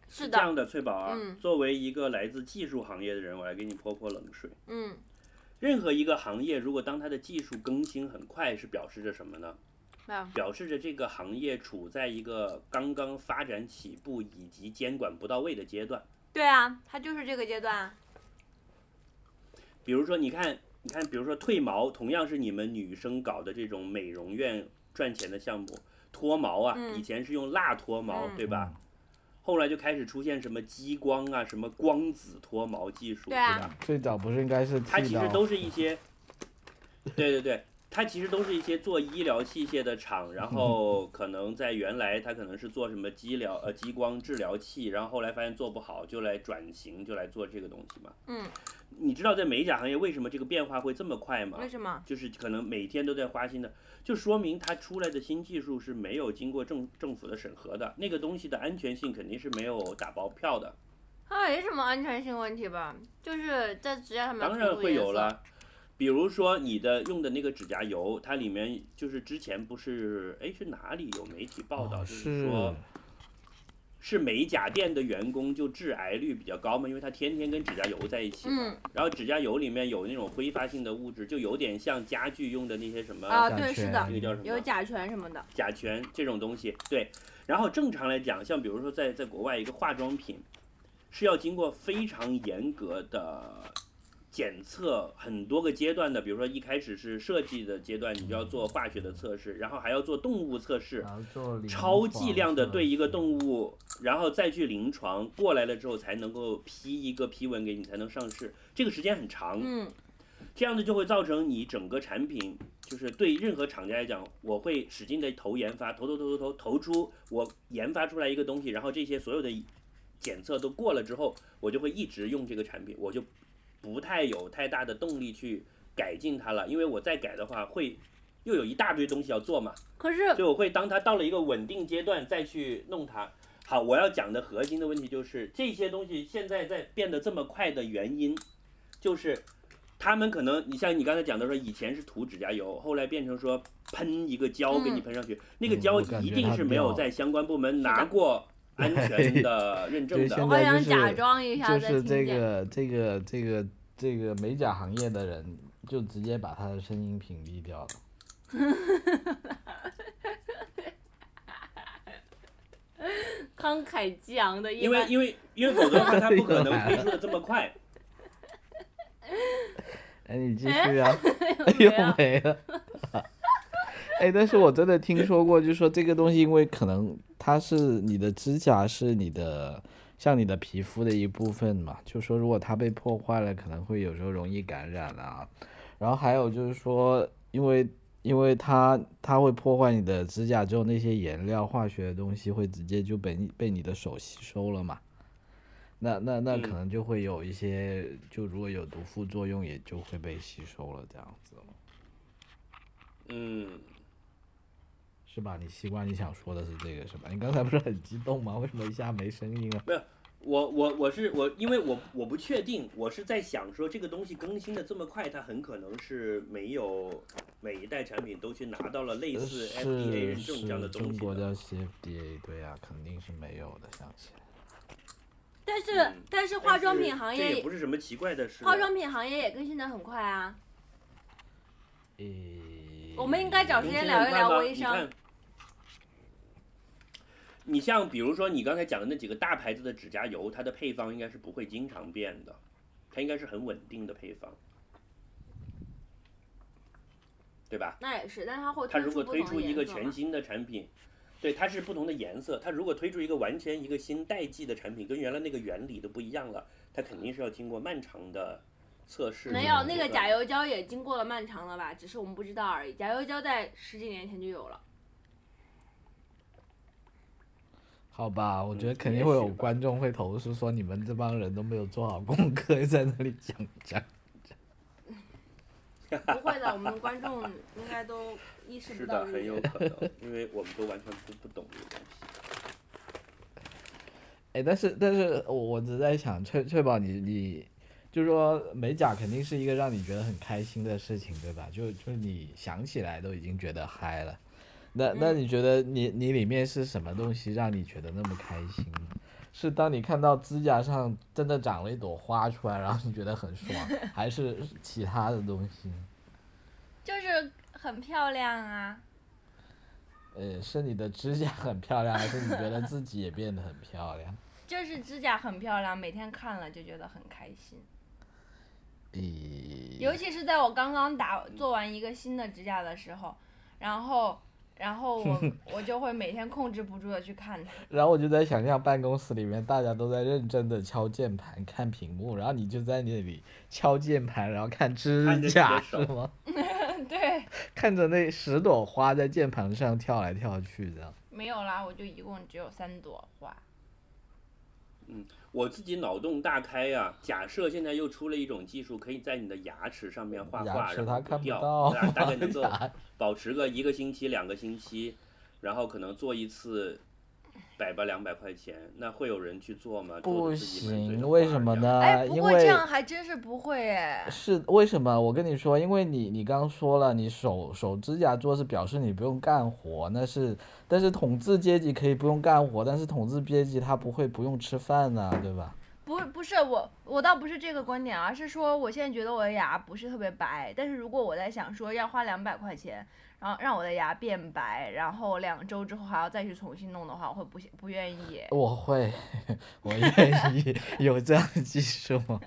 是这的，样的，翠宝啊，嗯作为一个来自技术行业的人，我来给你泼泼冷水。嗯，任何一个行业，如果当它的技术更新很快，是表示着什么呢？没有，表示着这个行业处在一个刚刚发展起步以及监管不到位的阶段。对啊，他就是这个阶段啊。比如说，你看，你看，比如说褪毛，同样是你们女生搞的这种美容院赚钱的项目，脱毛啊，嗯以前是用蜡脱毛，嗯对吧？后来就开始出现什么激光啊，什么光子脱毛技术，对啊吧？最早不是应该是剃它其实刀都是一些，对对对，它其实都是一些做医疗器械的厂，然后可能在原来它可能是做什么激疗呃激光治疗器，然后后来发现做不好，就来转型，就来做这个东西嘛。嗯，你知道在美甲行业为什么这个变化会这么快吗？为什么？就是可能每天都在花新的，就说明它出来的新技术是没有经过政政府的审核的，那个东西的安全性肯定是没有打包票的。它没什么安全性问题吧？就是在指甲上面当涂然涂会颜有色。了，比如说你的用的那个指甲油，它里面就是之前不是哎是哪里有媒体报道，就哦是是说是美甲店的员工就致癌率比较高嘛，因为他天天跟指甲油在一起嘛。嗯然后指甲油里面有那种挥发性的物质，就有点像家具用的那些什么啊，甲对，是醛的那，个叫什么有甲醛什么的。甲醛这种东西，对。然后正常来讲，像比如说在在国外一个化妆品，是要经过非常严格的检测很多个阶段的，比如说一开始是设计的阶段，你就要做化学的测试，然后还要做动物测试，然后做啊临超床剂量的测对一个试动物，然后再去临床过来了之后才能够批一个批文给你，才能上市，这个时间很长。嗯，这样子就会造成你整个产品，就是对任何厂家来讲，我会使劲的投研发，投投投投投投出我研发出来一个东西，然后这些所有的检测都过了之后，我就会一直用这个产品，我就不太有太大的动力去改进它了，因为我再改的话会又有一大堆东西要做嘛，可是所以我会当它到了一个稳定阶段再去弄它。好，我要讲的核心的问题就是这些东西现在在变得这么快的原因，就是他们可能你像你刚才讲的说，以前是涂指甲油，后来变成说喷一个胶给你喷上去，那个嗯胶我感一觉定它是没有掉在相关部门拿过 安全的认证对的。现我在好就想假是装一下就再是听这见。个这个这个这个美甲行业的人，就直接把他的声音屏蔽掉了。慷慨激昂的一因为般。因为因为否则的话，它不可 又能来推出的这么快。哎，你继续啊！哎没又了没了。 哎，但是我真的听说过，就是说这个东西，因为可能它是你的指甲是你的，像你的皮肤的一部分嘛，就说如果它被破坏了，可能会有时候容易感染啊。然后还有就是说，因为因为它它会破坏你的指甲之后，那些颜料、化学的东西会直接就被你被你的手吸收了嘛。那那那可嗯能就会有一些，就如果有毒副作用，也就会被吸收了，这样子嗯，是吧？你习惯你想说的是这个是吧？你刚才不是很激动吗？为什么一下没声音了？啊我我我是我，因为我我不确定，我是在想说这个东西更新的这么快，它很可能是没有每一代产品都去拿到了类似 FDA 是认证这样的是，东中西国的。叫 CFDA，对呀、肯定是没有的，想起来。但是、嗯但是但化妆是品行这业也不是什么奇怪的事。啊化妆品行业也更新的很快啊。诶，我们应该找时你间听聊着一办聊吧微你商看你像比如说你刚才讲的那几个大牌子的指甲油，它的配方应该是不会经常变的，它应该是很稳定的配方，对吧？那也是，但是它会它推如出果不推同出的一个颜色全嘛。新的产品，对，它是不同的颜色。它如果推出一个完全一个新代际的产品，跟原来那个原理都不一样了，它肯定是要经过漫长的测试。没有那个甲，油胶也经过了漫长的吧，只是我们不知道而已。甲油胶在十几年前就有了，好吧，我觉得嗯肯也定会许有吧观众会投诉说你们这帮人都没有做好功课，在那里讲讲。不会的，我们观众应该都意识是不的，到这个很有 点。可能，因为我们都完全不不懂这个东西。哎，但是但是我我只是在想，确确保你你，就是说美甲肯定是一个让你觉得很开心的事情，对吧？就就是你想起来都已经觉得嗨了。那那你觉得你你里面是什么东西让你觉得那么开心？是当你看到指甲上真的长了一朵花出来，然后你觉得很爽，还是其他的东西？就是很漂亮啊。呃，是你的指甲很漂亮，还是你觉得自己也变得很 漂亮？就是指甲很漂亮，每天看了就觉得很开心。咦，尤其是在我刚刚打做完一个新的指甲的时候，然后，然后 我我就会每天控制不住的去看它。 然后我就在想象办公室里面大家都在认真的敲键盘、看屏幕，然后你就在那里敲键盘，然后看指看着你的甲手是吗？对，看着那十朵花在键盘上跳来跳去这样。没有啦，我就一共只有三朵花。我自己脑洞大开呀、假设现在又出了一种技术，可以在你的牙齿上面画牙画，齿然它后看不不掉，到大大概能够 牙保持个一个星期、两个星期，然后可能做一次百八两百块钱，那会有人去做吗？做不得自己满嘴行，的为花什么这样？呢？哎，不呃因过这为样还真是不会哎。是为什么？我跟你说，因为你你刚说了，你手手指甲做是表示你不用干活，那是但是统治阶级可以不用干活，但是统治阶级他不会不用吃饭呐、对吧？不，不是我，我倒不是这个观点啊，是说我现在觉得我的牙不是特别白，但是如果我在想说要花两百块钱，然后让我的牙变白，然后两周之后还要再去重新弄的话，我会不想不愿意。我会， 我愿意 有这样的技术吗？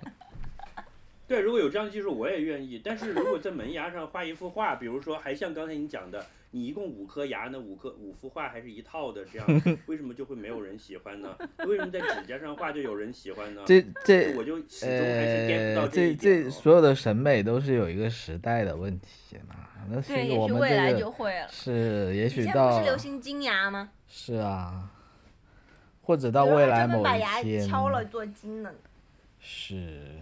对，如果有这样的技术，我也愿意。但是如果在门牙上画一幅画，比如说，还像刚才你讲的，你一共五颗牙呢，五颗五幅画还是一套的，这样 为什么就会没有人喜欢呢？为什么在指甲上画就有人喜欢呢？ 这这我就始终还是 get 不到呃，这一点、这哦。所有的审美都是有一个时代的问题嘛。那其对，实也我许们未来这就个会了。是，也以许前不到是流行金牙吗？是啊，或者到有人未还来专门某把一牙天敲了做金呢。是。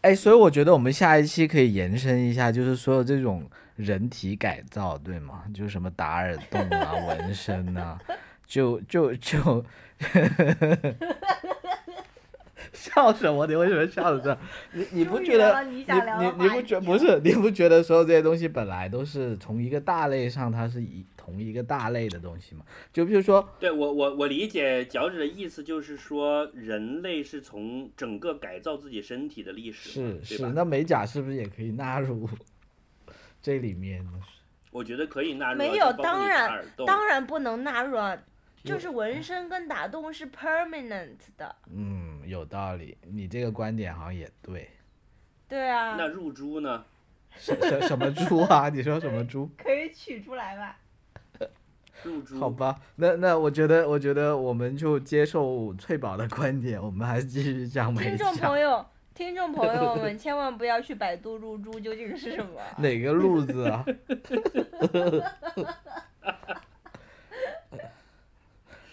哎，所以我觉得我们下一期可以延伸一下，就是所有这种人体改造，对吗？就是什么打耳洞啊、纹身啊，就就就， 笑什么？你为什么笑成这样？你你不终于觉聊得到你你想聊的你你话不觉题不是你不觉得所有这些东西本来都是从一个大类上，它是一同一个大类的东西吗？就比如说对我我我理解脚趾的意思就是说，人类是从整个改造自己身体的历史嘛，是对是，吧？那美甲是不是也可以纳入这里面呢？我觉得可以纳入啊，没就有包括当你然打耳洞当然不能纳入啊，有就是纹身跟打洞是 permanent 的。嗯，有道理，你这个观点好像也对。对啊，那入珠呢？什什什么猪啊？ 你说什么猪？可以取出来吧？入珠好吧，那那我觉得，我觉得我们就接受翠宝的观点，我们还是继续讲美听众甲朋。友，听众朋友们 千万不要去百度入珠究竟是什么。哪个路子啊？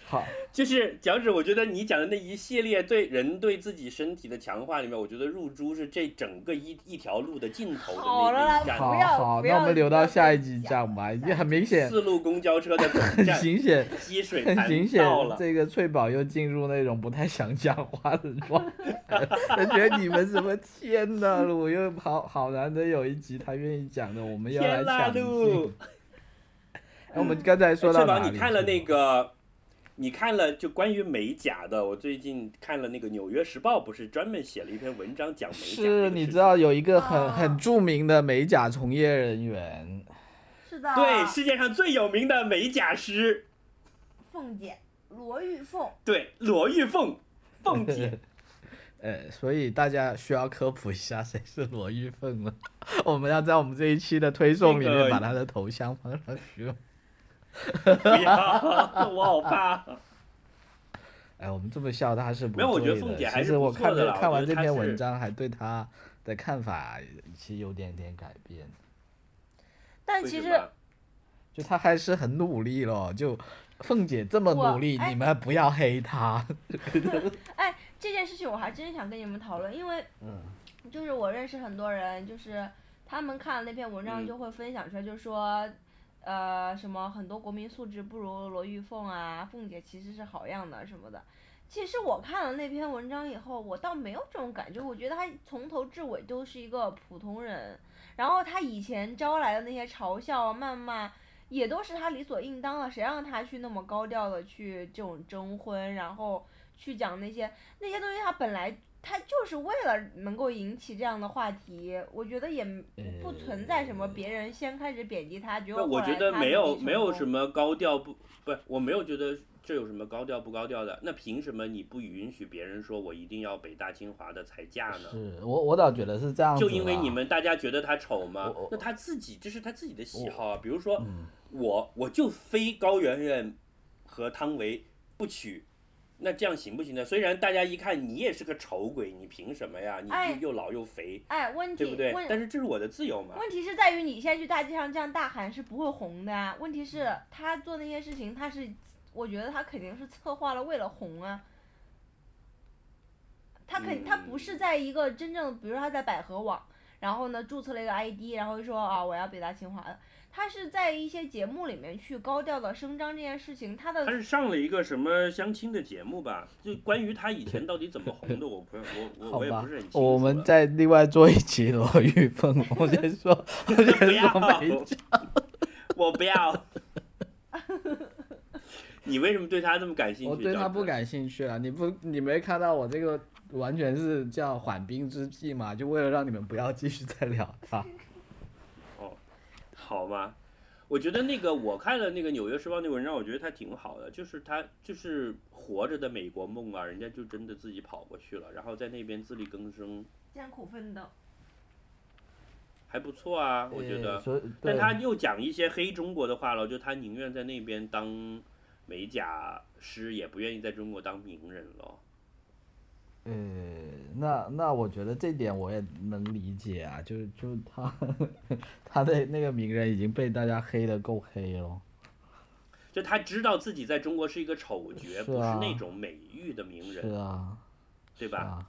好，就是脚趾，我觉得你讲的那一系列对人对自己身体的强化里面，我觉得入珠是这整个一一条路的尽头的好了那啦一站，好不要好，不那我要们留不到要下再一集讲讲吧，因为很明显，四路公交车的 总站，明显积水 很潭明显到，了。这个翠宝又进入那种不太想讲话的状态。 我觉得你们什么天呐路，又好好难得有一集他愿意讲的，我们要来天啦抢路镜。！哎我们刚才说哎到翠宝，哪你里看了那去了？个，你看了就关于美甲的，我最近看了那个《纽约时报》，不是专门写了一篇文章讲美甲这个 事是，你情知道有一个很啊很著名的美甲从业人员，是的对世界上最有名的美甲师，凤姐，罗玉凤。对罗玉凤，凤 姐呃，所以大家需要科普一下谁是罗玉凤了。 我们要在我们这一期的推送里那面个把她的头像放上去。不要，哎我好怕。啊哎，我们这么笑他是不没有我觉得对凤的姐还其是实不我错看的了啦我觉看完得这她篇文是章，还对他的看法其实有点点改变。但为其什实么啊就他还是很努力咯，就凤姐这么我努力，哎你们不要黑她。 哎，这件事情我还真想跟你们讨论，因为嗯，就是我认识很多人，就是他们看了那篇文章嗯就会分享出来，就说，呃，什么很多国民素质不如罗玉凤啊，凤姐其实是好样的什么的。其实我看了那篇文章以后，我倒没有这种感觉，我觉得她从头至尾都是一个普通人，然后她以前招来的那些嘲笑、啊、谩骂。也都是她理所应当的，谁让她去那么高调的去这种征婚，然后去讲那些那些东西，他本来他就是为了能够引起这样的话题，我觉得也不不存在什么别人先开始贬低他，结果嗯那我后来觉得他没努有力成没有功什么高调不不，我没有觉得这有什么高调不高调的。那凭什么你不允许别人说我一定要北大清华的才嫁呢？是我我倒觉得是这样子啦。就因为你们大家觉得她丑吗我我？嗯那她自己这是她自己的喜好啊。比如说我我就非高圆圆和汤唯不娶，那这样行不行呢？虽然大家一看你也是个丑鬼，你凭什么呀？你哎又又老又肥，哎，问对题不对？但问是这是我的自由嘛。问题是在于你现在去大街上这样大喊是不会红的啊。问题是他做那些事情，他是我觉得他肯定是策划了为了红啊。他肯他不是在一个真正，比如说他在百合网，然后呢注册了一个 ID，然后就说啊我要表达清华的，他是在一些节目里面去高调的声张这件事情，他的他是上了一个什么相亲的节目吧？就关于他以前到底怎么红的，我不是我我好我也吧不是很清，楚了。啊我们再另外做一期罗 玉凤，我先说，我不先要说没，我不要。 你为什么对他那么感兴趣？我对他赵哥不。感兴趣啊了。你不，你没看到我这个完全是叫缓兵之计嘛？就为了让你们不要继续再聊他。好吗？我觉得那个我看了那个《纽约时报》那文章，我觉得他挺好的，就是他就是活着的美国梦啊，人家就真的自己跑过去了，然后在那边自力更生，艰苦奋斗。还不错啊，我觉得。所以但对他又讲一些黑中国的话了，就他宁愿在那边当美甲师，也不愿意在中国当名人了。呃，那那我觉得这点我也能理解啊，就是就是他 他的那个名人已经被大家黑的够黑了。就他知道自己在中国是一个丑角，是啊不是那种美誉的名是人，啊，对是吧？啊。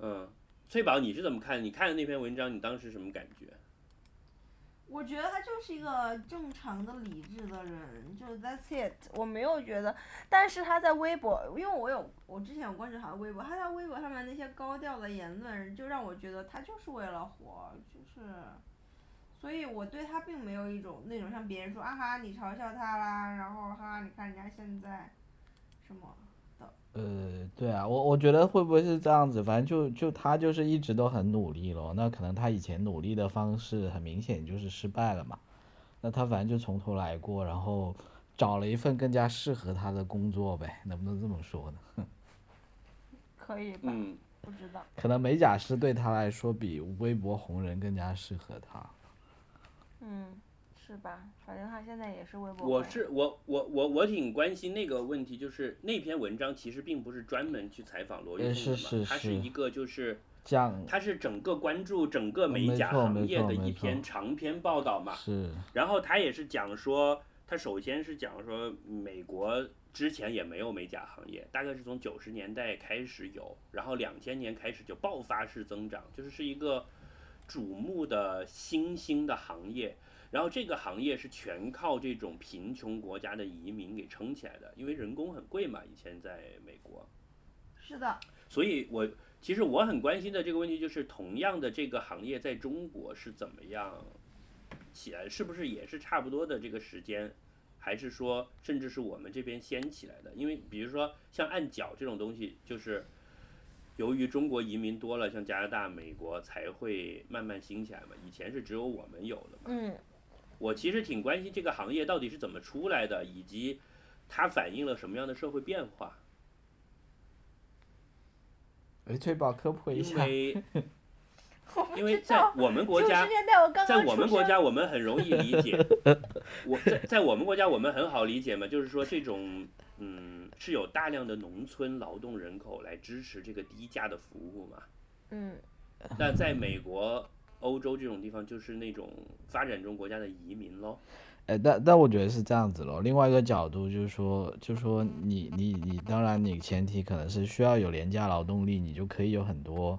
嗯，翠宝你是怎么看？你看了那篇文章，你当时什么感觉？我觉得他就是一个正常的、理智的人，就 that's it。我没有觉得，但是他在微博，因为我有我之前有关注他的微博，他在微博上面那些高调的言论，就让我觉得他就是为了火，就是，所以我对他并没有一种那种像别人说啊哈你嘲笑他啦，然后哈你看人家现在什么。呃，对啊，我我觉得会不会是这样子？反正就就他就是一直都很努力咯，那可能他以前努力的方式很明显就是失败了嘛，那他反正就从头来过，然后找了一份更加适合他的工作呗，能不能这么说呢？可以吧？嗯，不知道。可能美甲师对他来说比微博红人更加适合他。嗯，是吧？反正他现在也是微博。我是我我我我挺关心那个问题，就是那篇文章其实并不是专门去采访罗玉呃凤的嘛，是是它是是一个就是这样它是整个关注整个美没甲错行没业错的一没篇错长篇报道嘛。是然后他也是讲说，他首先是讲说美国之前也没有美甲行业，大概是从九十年代开始有，然后两千年开始就爆发式增长，就是是一个瞩目的新兴的行业。然后这个行业是全靠这种贫穷国家的移民给撑起来的，因为人工很贵嘛，以前在美国。是的，所以我其实我很关心的这个问题就是，同样的这个行业在中国是怎么样起来，是不是也是差不多的这个时间，还是说甚至是我们这边先起来的？因为比如说像按脚这种东西，就是由于中国移民多了，像加拿大、美国才会慢慢兴起来嘛，以前是只有我们有的嘛。嗯，我其实挺关心这个行业到底是怎么出来的，以及它反映了什么样的社会变化。哎，翠宝科普一因 下，为我不因为知在道。我们国九家十，年代我 刚在刚我出们国生家，我们很容易理解。我在在我们国家，我们很好理解嘛，就是说这种嗯，是有大量的农村劳动人口来支持这个低价的服务嘛。嗯，那在美国、欧洲这种地方，就是那种发展中国家的移民喽。哎，但但我觉得是这样子咯。另外一个角度就是说，就是说你你你，当然你前提可能是需要有廉价劳动力，你就可以有很多，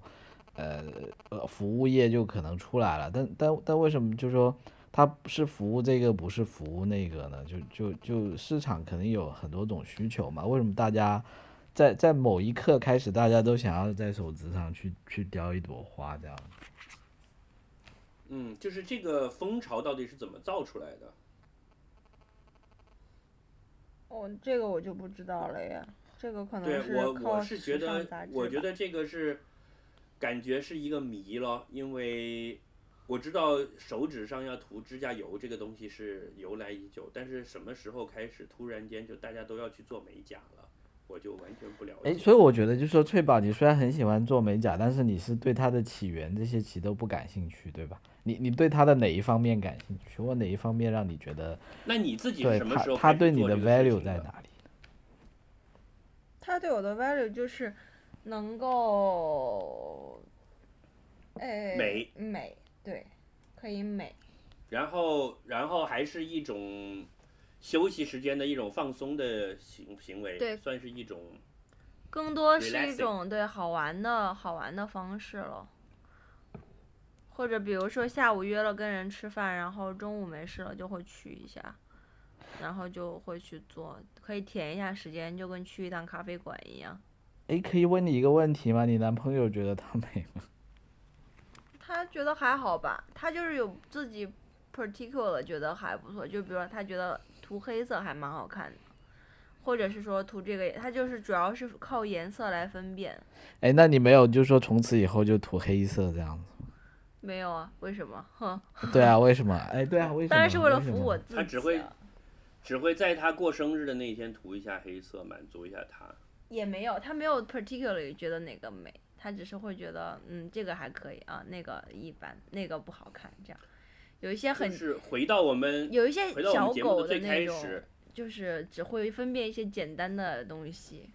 呃呃，服务业就可能出来了。但但但为什么就说它是服务这个不是服务那个呢？就就就市场肯定有很多种需求嘛。为什么大家在在某一刻开始，大家都想要在手指上去去雕一朵花这样？嗯，就是这个风潮到底是怎么造出来的？哦，这个我就不知道了呀，这个可能对是我，靠我是觉时尚得杂，志我觉吧得这个是感觉是一个谜了，因为我知道手指上要涂指甲油这个东西是由来已久，但是什么时候开始突然间就大家都要去做美甲了，我就完全不了哎，解。所以我觉得，就是说翠宝，你虽然很喜欢做美甲，但是你是对它的起源这些其实都不感兴趣，对吧？你你对它的哪一方面感兴趣，或哪一方面让你觉得那你自己是对什么时它候它开始对你做的这个事 value 情在的？哪里？他对我的 value 就是能够，哎，美美，对，可以美，然后然后还是一种休息时间的一种放松的行行为，对算是一种更多是一 Relaxing 种对好玩的好玩的方式了。或者比如说下午约了跟人吃饭，然后中午没事了就会去一下，然后就会去做，可以填一下时间，就跟去一趟咖啡馆一样。哎，可以问你一个问题吗？你男朋友觉得她美吗？他觉得还好吧，他就是有自己 particular 觉得还不错，就比如说他觉得涂黑色还蛮好看的，或者是说涂这个也，他就是主要是靠颜色来分辨。哎，那你没有就说从此以后就涂黑色这样子？没有啊，为什么？哼，对啊，为什么？哎，对啊，为什么？当然是为了什服么我。自己、啊。他只会只会在他过生日的那一天涂一下黑色，满足一下他。也没有，他没有 particularly 觉得哪个美，他只是会觉得，嗯，这个还可以啊，那个一般，那个不好看，这样。有一些很就，是回到我们有一些回到我小们节目狗的最那开种，始，就是只会分辨一些简单的东西。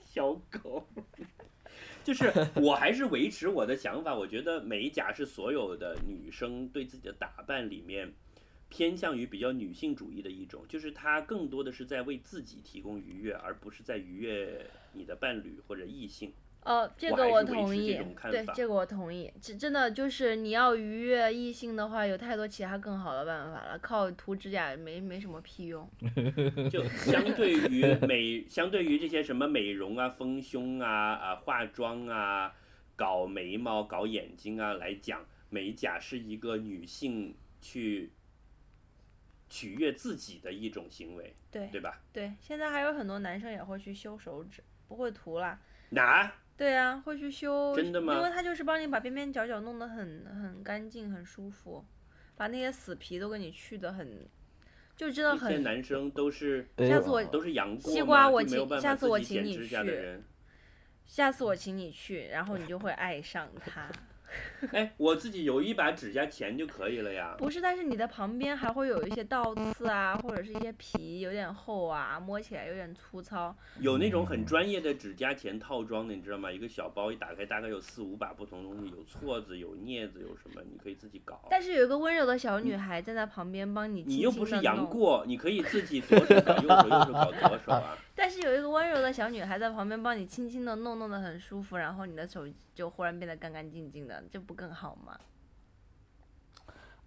小狗。 就是我还是维持我的想法，我觉得美甲是所有的女生对自己的打扮里面偏向于比较女性主义的一种，就是它更多的是在为自己提供愉悦，而不是在愉悦你的伴侣或者异性。呃，这我个还是维我同持这意种，看对法这个我同意。这真的就是你要愉悦异性的话，有太多其他更好的办法了，靠涂指甲也没没什么屁用。就相对于美，相对于这些什么美容啊、丰胸啊、啊化妆啊、搞眉毛、搞眼睛啊来讲，美甲是一个女性去取悦自己的一种行为，对对吧？对，现在还有很多男生也会去修手指，不会涂啦。哪对啊，会去修，真的吗因为它就是帮你把边边角角弄得很很干净、很舒服，把那些死皮都给你去的很，就真的这些很。男生都是哎下次我都是杨过西吗瓜我就没有请办法下次自我己请剪你指甲的去人。下次我请你去，然后你就会爱上它。哎，我自己有一把指甲钳就可以了呀。不是，但是你的旁边还会有一些倒刺啊，或者是一些皮有点厚啊，摸起来有点粗糙。有那种很专业的指甲钳套装的，你知道吗？一个小包一打开，大概有四五把不同东西，有锉子，有镊子，有什么，你可以自己搞。但是有一个温柔的小女孩站在旁边帮你轻你轻又不是地杨弄。过，你可以自己左手搞右手，右手搞左手 啊。但是有一个温柔的小女孩在旁边帮你轻轻的弄，弄得很舒服，然后你的手就忽然变得干干净净的，这不更好吗？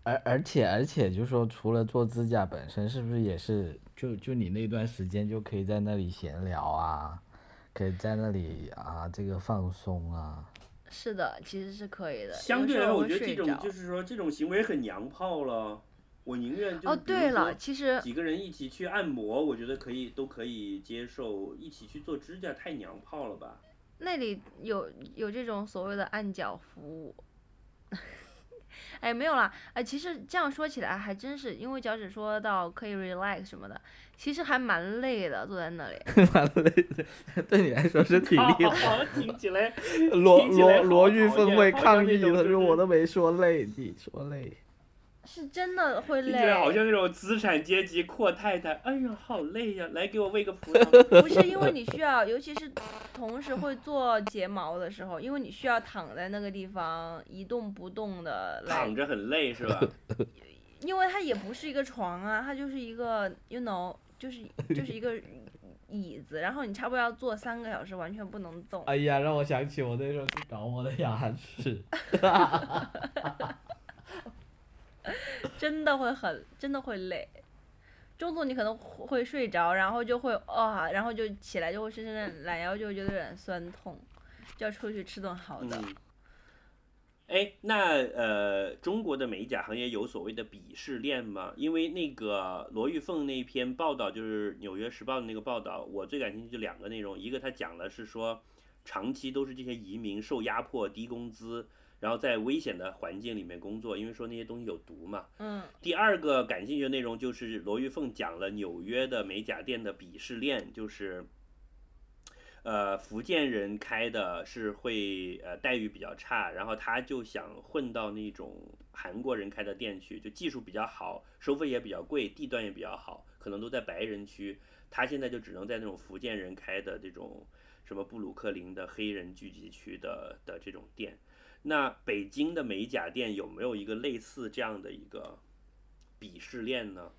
而而且而且，就说除了做指甲本身，是不是也是就就你那段时间就可以在那里闲聊啊，可以在那里啊这个放松 啊。是的，其实是可以的。相对来有时说，候我会觉得睡这着。种就是说这种行为很娘炮了。我宁愿就哦，是比如对了，说其实几个人一起去按摩，我觉得可以，都可以接受。一起去做指甲太娘炮了吧？那里有有这种所谓的按脚服务。 哎，没有啦，哎，其实这样说起来还真是，因为脚趾说到可以 relax 什么的，其实还蛮累的，坐在那里。 对你来说是 体力哦活。听起来罗听起来罗好罗玉讨峰厌会好像抗那议种的，就说我是都没说累，你说累。是真的会听累。起来好像那种资产阶级阔太太，哎呀，好累呀，来给我喂个葡 萄。不是因为你需要，尤其是同时会做睫毛的时候，因为你需要躺在那个地方一动不动的来躺，着很累是吧？因为它也不是一个床啊，它就是一个，you know，就是就是一个椅子，然后你差不多要坐三个小时，完全不能动。哎呀，让我想起我那时候去搞我的牙齿。真的会很，真的会累。中途你可能会会睡着，然后就会啊、然后就起来就会伸伸懒腰，就会觉得有点酸痛，就要出去吃顿 好的。嗯。哎，那呃，中国的美甲行业有所谓的鄙视链吗？因为那个罗玉凤那篇报道，就是《纽约时报》的那个报道，我最感兴趣就两个内容，一个他讲了是说，长期都是这些移民受压迫、低工资，然后在危险的环境里面工作，因为说那些东西有毒嘛。嗯，第二个感兴趣的内容就是罗玉凤讲了纽约的美甲店的鄙视链，就是，呃，福建人开的是会呃待遇比较差，然后他就想混到那种韩国人开的店去，就技术比较好，收费也比较贵，地段也比较好，可可能都在白人区，他现在就只能在那种福建人开的这种什么布鲁克林的黑人聚集区的的这种店。那北京的美甲店有没有一个类似这样的一个鄙视链呢？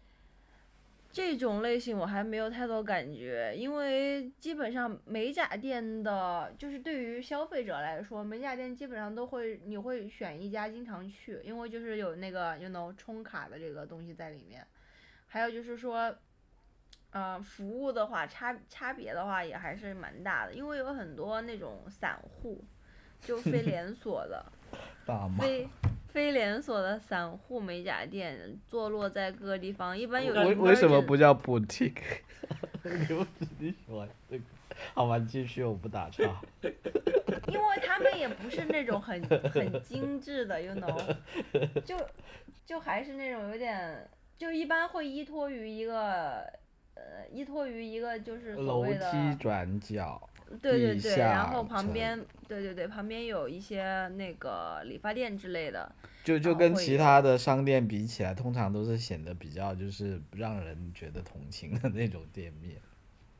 这种类型我还没有太多感觉，因为基本上美甲店的，就是对于消费者来说，美甲店基本上都会，你会选一家经常去，因为就是有那个 you know 充卡的这个东西在里面，还有就是说，呃，服务的话差差别的话也还是蛮大的，因为有很多那种散户，就非连锁的，大 妈。非非连锁的散户美甲店坐落在各地方，一般有为为什么不叫 boutique？你喜欢这个？好吧，继续，我不打岔。因为他们也不是那种很很精致的，you know，就就还是那种有点，就一般会依托于一个，呃，依托于一个就是所楼谓的梯转角，对对地对，下然后旁层边，对对对，旁边有一些那个理发店之类的，就就啊跟会其有他的商店比起来，通常都是显得比较就是让人觉得同情的那种店面。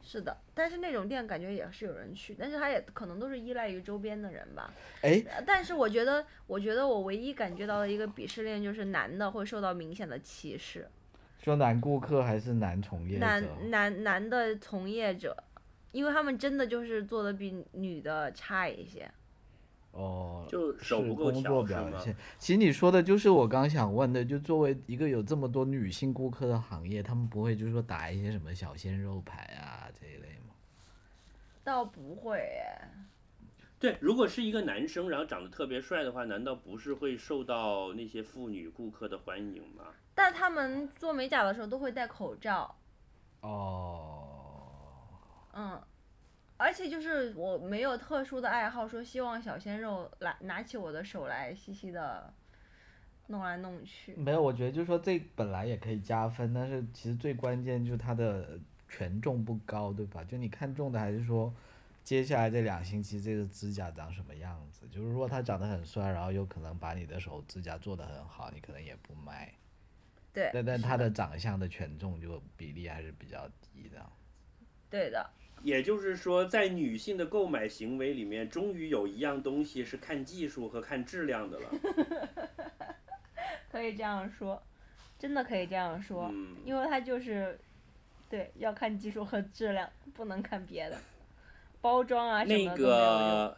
是的，但是那种店感觉也是有人去，但是它也可能都是依赖于周边的人吧。哎，呃但是我觉得，我觉得我唯一感觉到的一个鄙视链就是男的会受到明显的歧视。说男顾客还是男从业者？男男男的从业者，因为他们真的就是做的比女的差一些。哦，就是手不够工巧作是表吗现。其实你说的就是我刚想问的，就作为一个有这么多女性顾客的行业，他们不会就是说打一些什么小鲜肉牌啊这一类吗？倒不会耶，对，如果是一个男生，然后长得特别帅的话，难道不是会受到那些妇女顾客的欢迎吗？但他们做美甲的时候都会戴口罩，哦，嗯，而且就是我没有特殊的爱好，说希望小鲜肉来拿起我的手来细细的弄来弄去。没有，我觉得就是说这本来也可以加分，但是其实最关键就是它的权重不高，对吧？就你看中的还是说接下来这两星期这个指甲长什么样子？就是如果它长得很帅，然后有可能把你的手指甲做得很好，你可能也不卖。对，但但是它的的长相的权重就比例还是比较低的。对的，也就是说，在女性的购买行为里面，终于有一样东西是看技术和看质量的了。可以这样说，真的可以这样说，嗯因为它就是，对，要看技术和质量，不能看别的，包装啊什那么都没有用。个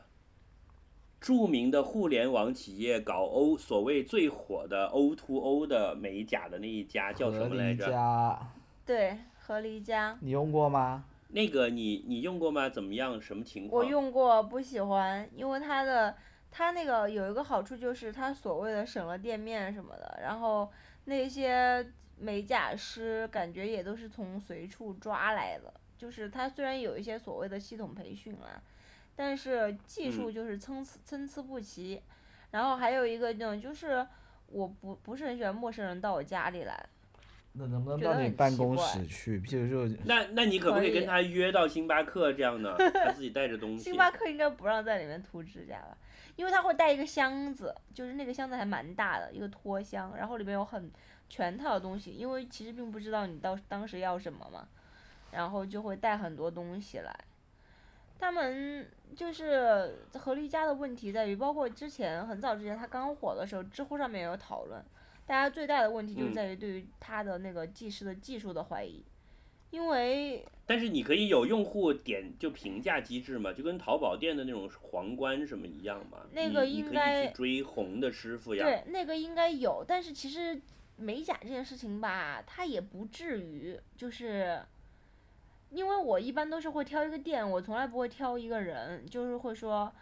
著名的互联网企业搞 O 所谓最火的 O to O 的美甲的那一家叫什合么来力着？家，对，和离家，你用过吗？那个你你用过吗？怎么样？什么情况？我用过，不喜欢，因为它的它那个有一个好处就是它所谓的省了店面什么的，然后那些美甲师感觉也都是从随处抓来的，就是它虽然有一些所谓的系统培训啦，但是技术嗯就是参差参差不齐，然后还有一个那种就是我不不是很喜欢陌生人到我家里来，那能不能觉到得你很办奇公怪室去？譬如说，那那你可不可以可以跟他约到星巴克这样的？他自己带着东西。星巴克应该不让在里面涂指甲吧，因为他会带一个箱子，就是那个箱子还蛮大的，一个拖箱，然后里面有很全套的东西，因为其实并不知道你到当时要什么嘛，然后就会带很多东西来。他们就是和绿家的问题在于，包括之前很早之前他刚火的时候，知乎上面也有讨论，大家最大的问题就是嗯在于对于他的那个技师的技术的怀疑，因为但是你可以有用户点就评价机制嘛，就跟淘宝店的那种皇冠什么一样嘛。那个你你应可该以去追红的师傅呀。对，那个应该有，但是其实美甲这件事情吧，它也不至于就是。因为我一般都是会挑一个店，我从来不会挑一个人，就是会说，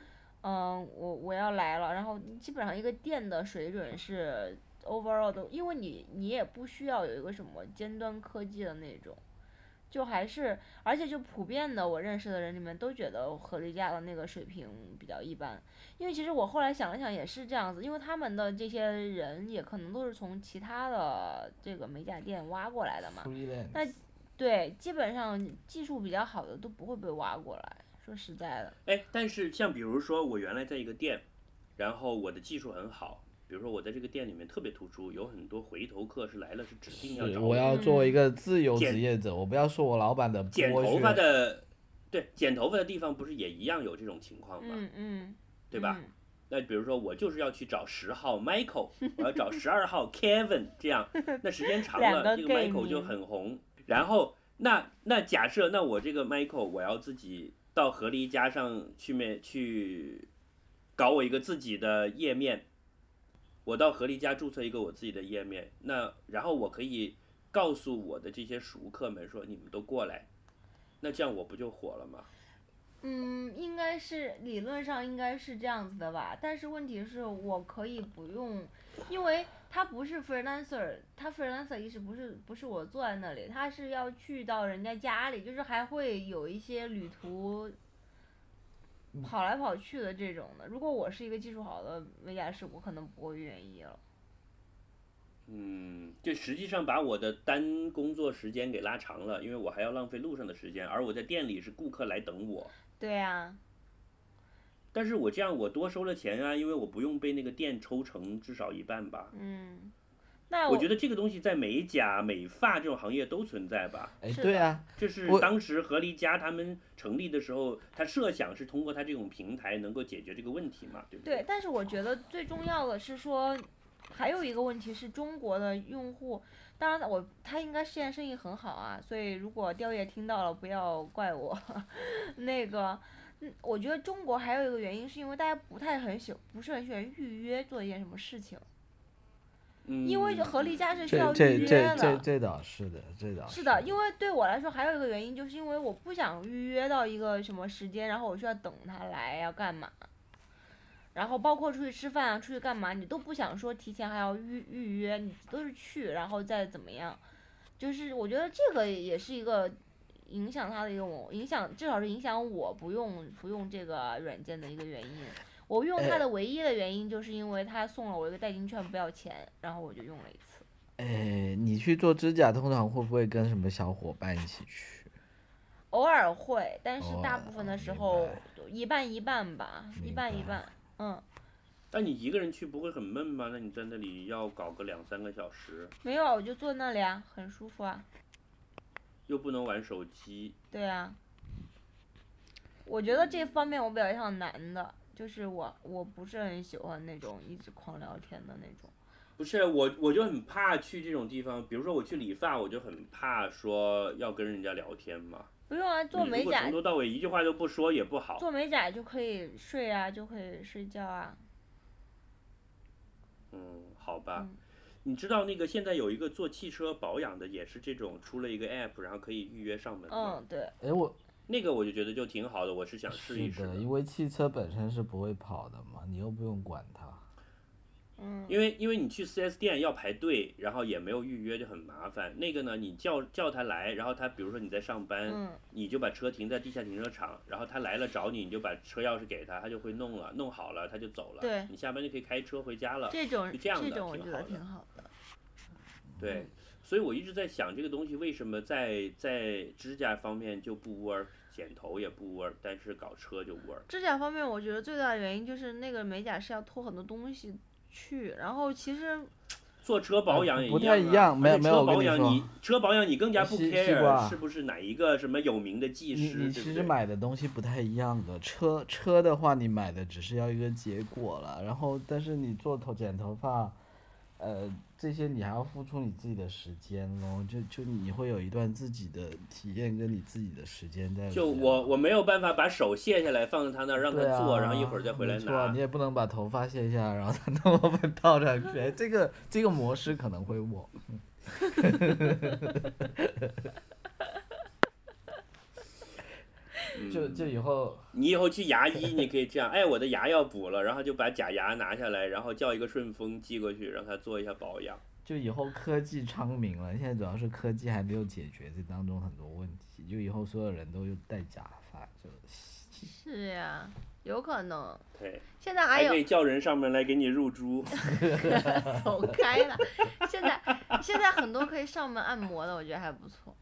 嗯，我我要来了，然后基本上一个店的水准是 overall 的，因为你你也不需要有一个什么尖端科技的那种，就还是而且就普遍的我认识的人里面都觉得合力家的那个水平比较一般，因为其实我后来想了想也是这样子，因为他们的这些人也可能都是从其他的这个美甲店挖过来的嘛， freelance 那对，基本上技术比较好的都不会被挖过来。说实在的，哎，但是像比如说我原来在一个店，然后我的技术很好，比如说我在这个店里面特别突出，有很多回头客是来了是指定要是找我要嗯做一个自由剪职业者，我不要受我老板的剪头剥发削。的，对，剪头发的地方不是也一样有这种情况吗？嗯嗯，对吧？嗯那比如说我就是要去找十号 Michael，我 要找十二号 Kevin，这样那时间长两了，个这个 gay Michael 就迷很红。然后那那假设那我这个 Michael 我要自己到何丽加上去面去搞我一个自己的页面，我到何丽家注册一个我自己的页面，那然后我可以告诉我的这些熟客们说你们都过来，那这样我不就火了吗？嗯，应该是理论上应该是这样子的吧，但是问题是我可以不用，因为他不是 freelancer，他 freelancer 意思不是不是我坐在那里，他是要去到人家家里，就是还会有一些旅途跑来跑去的这种的。如果我是一个技术好的美甲师，我可能不会愿意了。嗯，就实际上把我的单工作时间给拉长了，因为我还要浪费路上的时间，而我在店里是顾客来等我，对呀、但是我这样我多收了钱啊，因为我不用被那个店抽成至少一半吧。嗯，那我觉得这个东西在美甲、美发这种行业都存在吧。哎，是对的啊，这是我当时何丽佳他们成立的时候，他设想是通过他这种平台能够解决这个问题嘛，对不对，？但是我觉得最重要的是说，还有一个问题是中国的用户，当然了我他应该现在生意很好啊，所以如果雕爷听到了不要怪我。 那个，嗯，我觉得中国还有一个原因是因为大家不太很喜，不是很喜欢预约做一件什么事情，嗯，因为合力家是需要这预这约这这的。这倒是的，这倒是的，为因为对我来说还有一个原因，就是因为我不想预约到一个什么时间，然后我需要等他来要干嘛，然后包括出去吃饭啊，出去干嘛，你都不想说提前还要预预约，你都是去然后再怎么样，就是我觉得这个也是一个影响他的一个我影响，至少是影响我不用不用这个软件的一个原因。我用它哎的唯一的原因，就是因为他送了我一个代金券，不要钱，然后我就用了一次。哎，你去做指甲通常会不会跟什么小伙伴一起去？偶尔会，但是偶大尔部分的时明候白就一半一半吧，一明半一白半。嗯，但你一个人去不会很闷吗？那你在那里要搞个两三个小时，没有啊，我就坐那里啊，很舒服啊。又不能玩手机，对啊，我觉得这方面我比较像男的，就是我我不是很喜欢那种一直狂聊天的那种。不是我，我就很怕去这种地方，比如说我去理发，我就很怕说要跟人家聊天嘛。不用啊，做你美如果甲从头到尾一句话都不说也不好。做美甲就可以睡啊，就可以睡觉啊。嗯，好吧。嗯你知道那个现在有一个做汽车保养的，也是这种出了一个 app，然后可以预约上门吗嗯，对，哎，我那个我就觉得就挺好的，我是想试一试的，因为汽车本身是不会跑的嘛，你又不用管它。嗯，因为因为你去 4S 店要排队，然后也没有预约就很麻烦。那个呢，你叫叫他来，然后他比如说你在上班，嗯你就把车停在地下停车场，然后他来了找你，你就把车钥匙给他，他就会弄了，弄好了他就走了。对你下班就可以开车回家了。这种是这样的种我挺觉得好的挺好的。对，所以我一直在想这个东西为什么在在指甲方面就不 work，剪头也不 work，但是搞车就 work。指甲方面，我觉得最大的原因就是那个美甲是要拖很多东西去，然后其实做车保养也嗯不一太样、啊，一样没有而且没有车我跟保你养说你车保养你更加不西西瓜 care 是不是哪一个什么有名的技你师，你对其不实对？买的东西不太一样的，车车的话，你买的只是要一个结果了，然后但是你做头剪头发，呃，这些你还要付出你自己的时间咯，就就你会有一段自己的体验跟你自己的时间在里面。就我我没有办法把手卸下来放在他那儿让他嗯对啊，做，然后一会儿再回来没错啊，拿你。也不能把头发卸下，然后再弄 我们倒上去，哎这个这个模式可能会我。嗯就就以后你以后去牙医，你可以这样，哎，我的牙要补了，然后就把假牙拿下来，然后叫一个顺丰寄过去，让他做一下保养。就以后科技昌明了，现在主要是科技还没有解决这当中很多问题，就以后所有人都用戴假发，就是呀、有可能。对，现在还还有可以叫人上门来给你入珠。走开了。现在现在很多可以上门按摩的，我觉得还不错。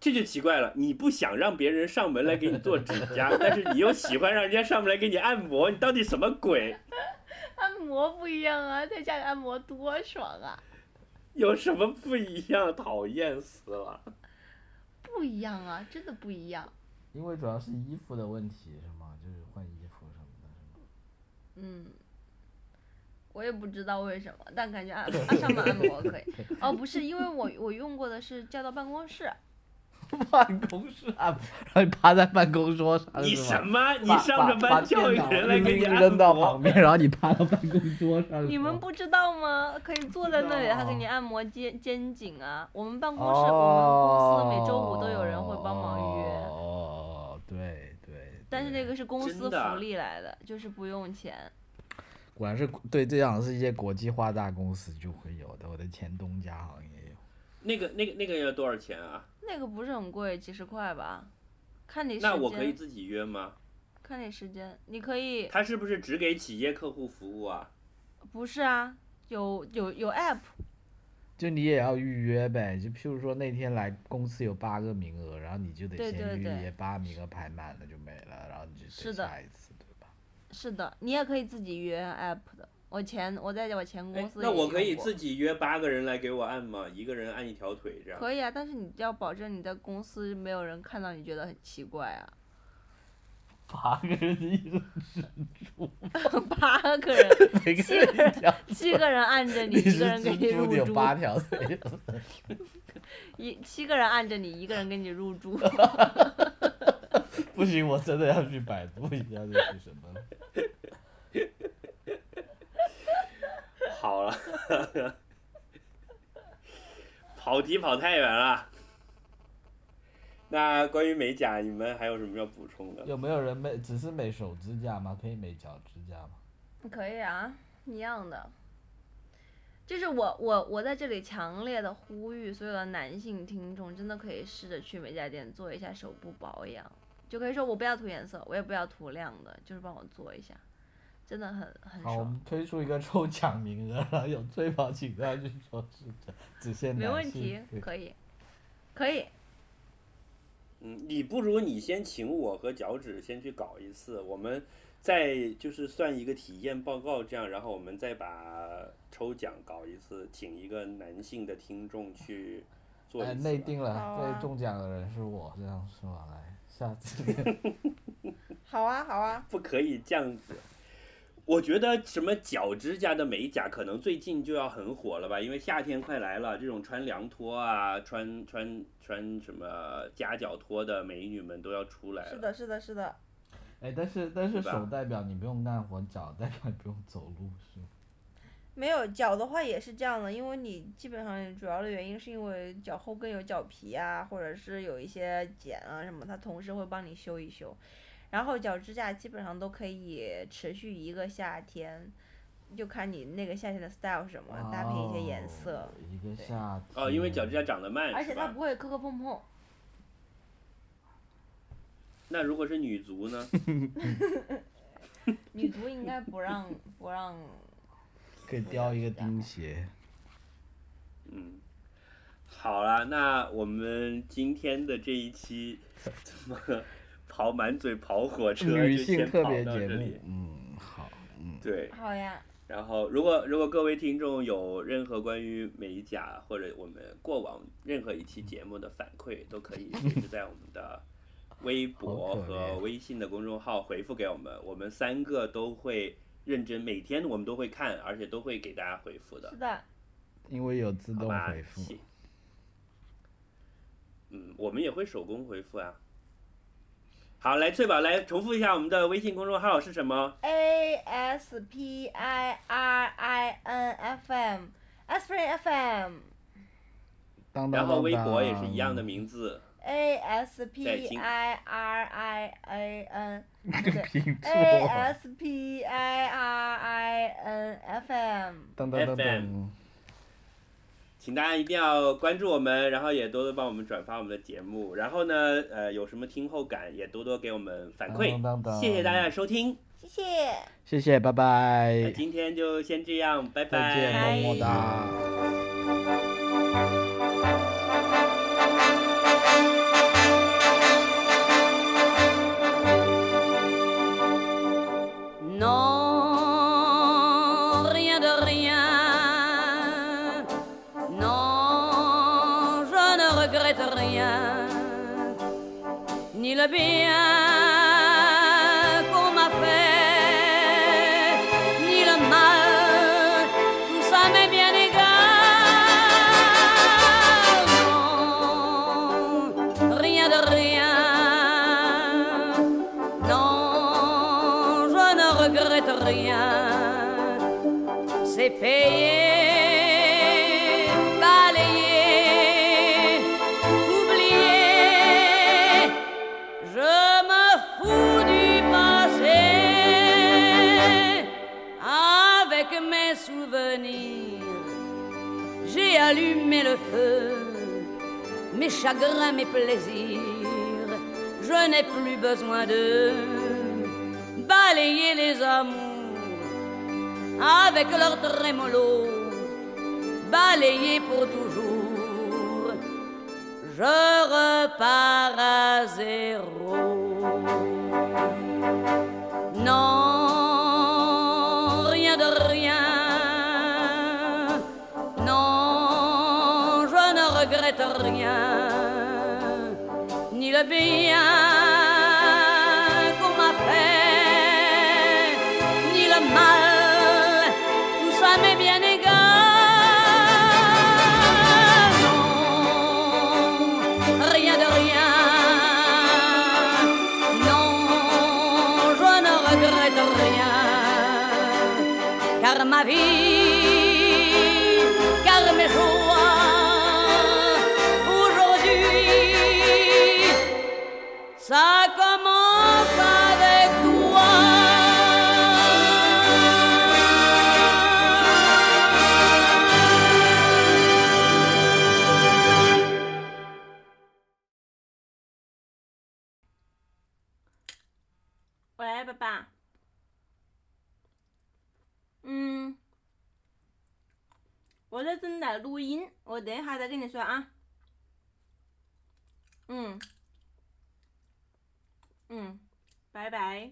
这就奇怪了，你不想让别人上门来给你做指甲，但是你又喜欢让人家上门来给你按摩，你到底什么鬼？ 按摩不一样啊，在家里按摩多爽啊！有什么不一样？讨厌死了！不一样啊，真的不一样。因为主要是衣服的问题是吗？就是换衣服什么的，是吗？嗯，我也不知道为什么，但感觉按按上门按摩可以。哦，不是，因为我我用过的是叫到办公室， 办公室按摩，然后你趴在办公桌上啊你是吗什么？你把上着把把班叫一电个脑人来给你扔按扔到摩旁，边，然后你趴到办公桌上。你是吗们不知道吗？可以坐在那里，他给你按摩肩肩颈啊。我们办公室，哦我们公司每周五都有人会帮忙约，哦，对对。但是对那个是公司真的啊福利来的，就是不用钱。果然是对，这样是一些国际化大公司就会有的。我的前东家好像也有。那个、那个、那个要多少钱啊？那个不是很贵，几十块吧，看你时间。那我可以自己约吗？看你时间，你可以他是不是只给企业客户服务啊？不是啊，有有有 app，就你也要预约呗，就譬如说那天来公司有八个名额，然后你就得对对先预对约，八名额排满了就没了，然后你就是得的下一次，对吧？是的，你也可以自己约 app 的。我前我在我前公哎司那我可以己自己约八个人来给我按吗？一个人按一条腿这样？可以啊，但是你要保证你在公司没有人看到你觉得很奇怪啊。 八个人一人，八个人，每个人一条，七个人按着你， 你一是个人给你蜘蛛，入你有住，八条腿。一七个人按着你，一个人给你入 住。不行，我真的要去百度一下这是什么。好了，跑题跑太远了。那关于美甲，你们还有什么要补充的？有没有人美只是美手指甲吗？可以美脚指甲吗？可以啊，一样的。就是我我我在这里强烈的呼吁所有的男性听众，真的可以试着去美甲店做一下手部保养，就可以说我不要涂颜色，我也不要涂亮的，就是帮我做一下，真的很很好，我爽。们推出一个抽奖名额，然后有最跑请上去说是的，只限没男问性题对，哎可以，可以，嗯，你不如你先请我和脚趾先去搞一次，我们再就是算一个体验报告这样，然后我们再把抽奖搞一次，请一个男性的听众去做哎，一次内吧。定好了，啊最中奖的人是我，这样是吧？来，下次好啊，好啊。不可以这样子。我觉得什么脚指甲的美甲，可能最近就要很火了吧，因为夏天快来了，这种穿凉拖啊，穿穿穿什么夹脚拖的美女们都要出来了。，是的，是的。哎，但是但是是吧手代表你不用干活，脚代表你不用走路，是吗？没有脚的话也是这样的，因为你基本上主要的原因是因为脚后跟有脚皮啊，或者是有一些茧啊什么，它同事会帮你修一修。然后脚指甲基本上都可以持续一个夏天，就看你那个夏天的 style 是什么，搭配一些颜色哦。，一个对夏哦，因为脚指甲天长得慢，而且是它吧不？会磕磕碰碰，那如果是女足 呢？女足应该不让不让。可以雕一个钉鞋。嗯，好啦，那我们今天的这一期怎么跑满嘴跑火车，女啊就性先特跑别到节这里目，嗯，好，嗯，对。好呀，然后，如果如果各位听众有任何关于美甲或者我们过往任何一期节目的反馈，都可以随时在我们的微博 好可怜和微信的公众号回复给我们，我们三个都会认真，每天我们都会看，而且都会给大家回复的是，的，因为有自好动吧回？复，谢嗯，我们也会手工回复啊。好，来翠宝来重复一下我们的微信公众号是什么？ A S P I R I N F M，Aspirin FM。当当然后微博也是一样的当名字。 A S P 在京 I R I A N，不对拼错。 ，A S P I R I N F M。噔噔 FM 噔噔，请大家一定要关注我们，然后也多多帮我们转发我们的节目。然后呢，呃，有什么听后感也多多给我们反馈。当当当谢谢大家的收听，谢谢。谢谢，拜那拜，今天就先这样，拜拜。再见，么么哒。拜 regrette rien, ni le bien qu'on m'a fait, ni le mal, tout ça m'est bien égal. Non, rien de rien, non, je ne regrette rien c'est payé, balayé, oublié. Je me fous du passé avec mes souvenirs. J'ai allumé le feu, mes chagrins, mes plaisirs. Je n'ai plus besoin de balayer les amours avec leur trémolo, balayé pour toujours, je repars à zéro. Non, rien de rien, non, je ne regrette rien, ni le bien qu'on m'a fait, ni le mal, tout ça m'est bien égal. Non, rien de rien, non, je ne regrette rien, car ma vie, car mes joies, aujourd'hui, ça commence avec toi. 喂，爸爸。嗯，我在正在录音，我等一下再跟你说啊。嗯，嗯，拜拜。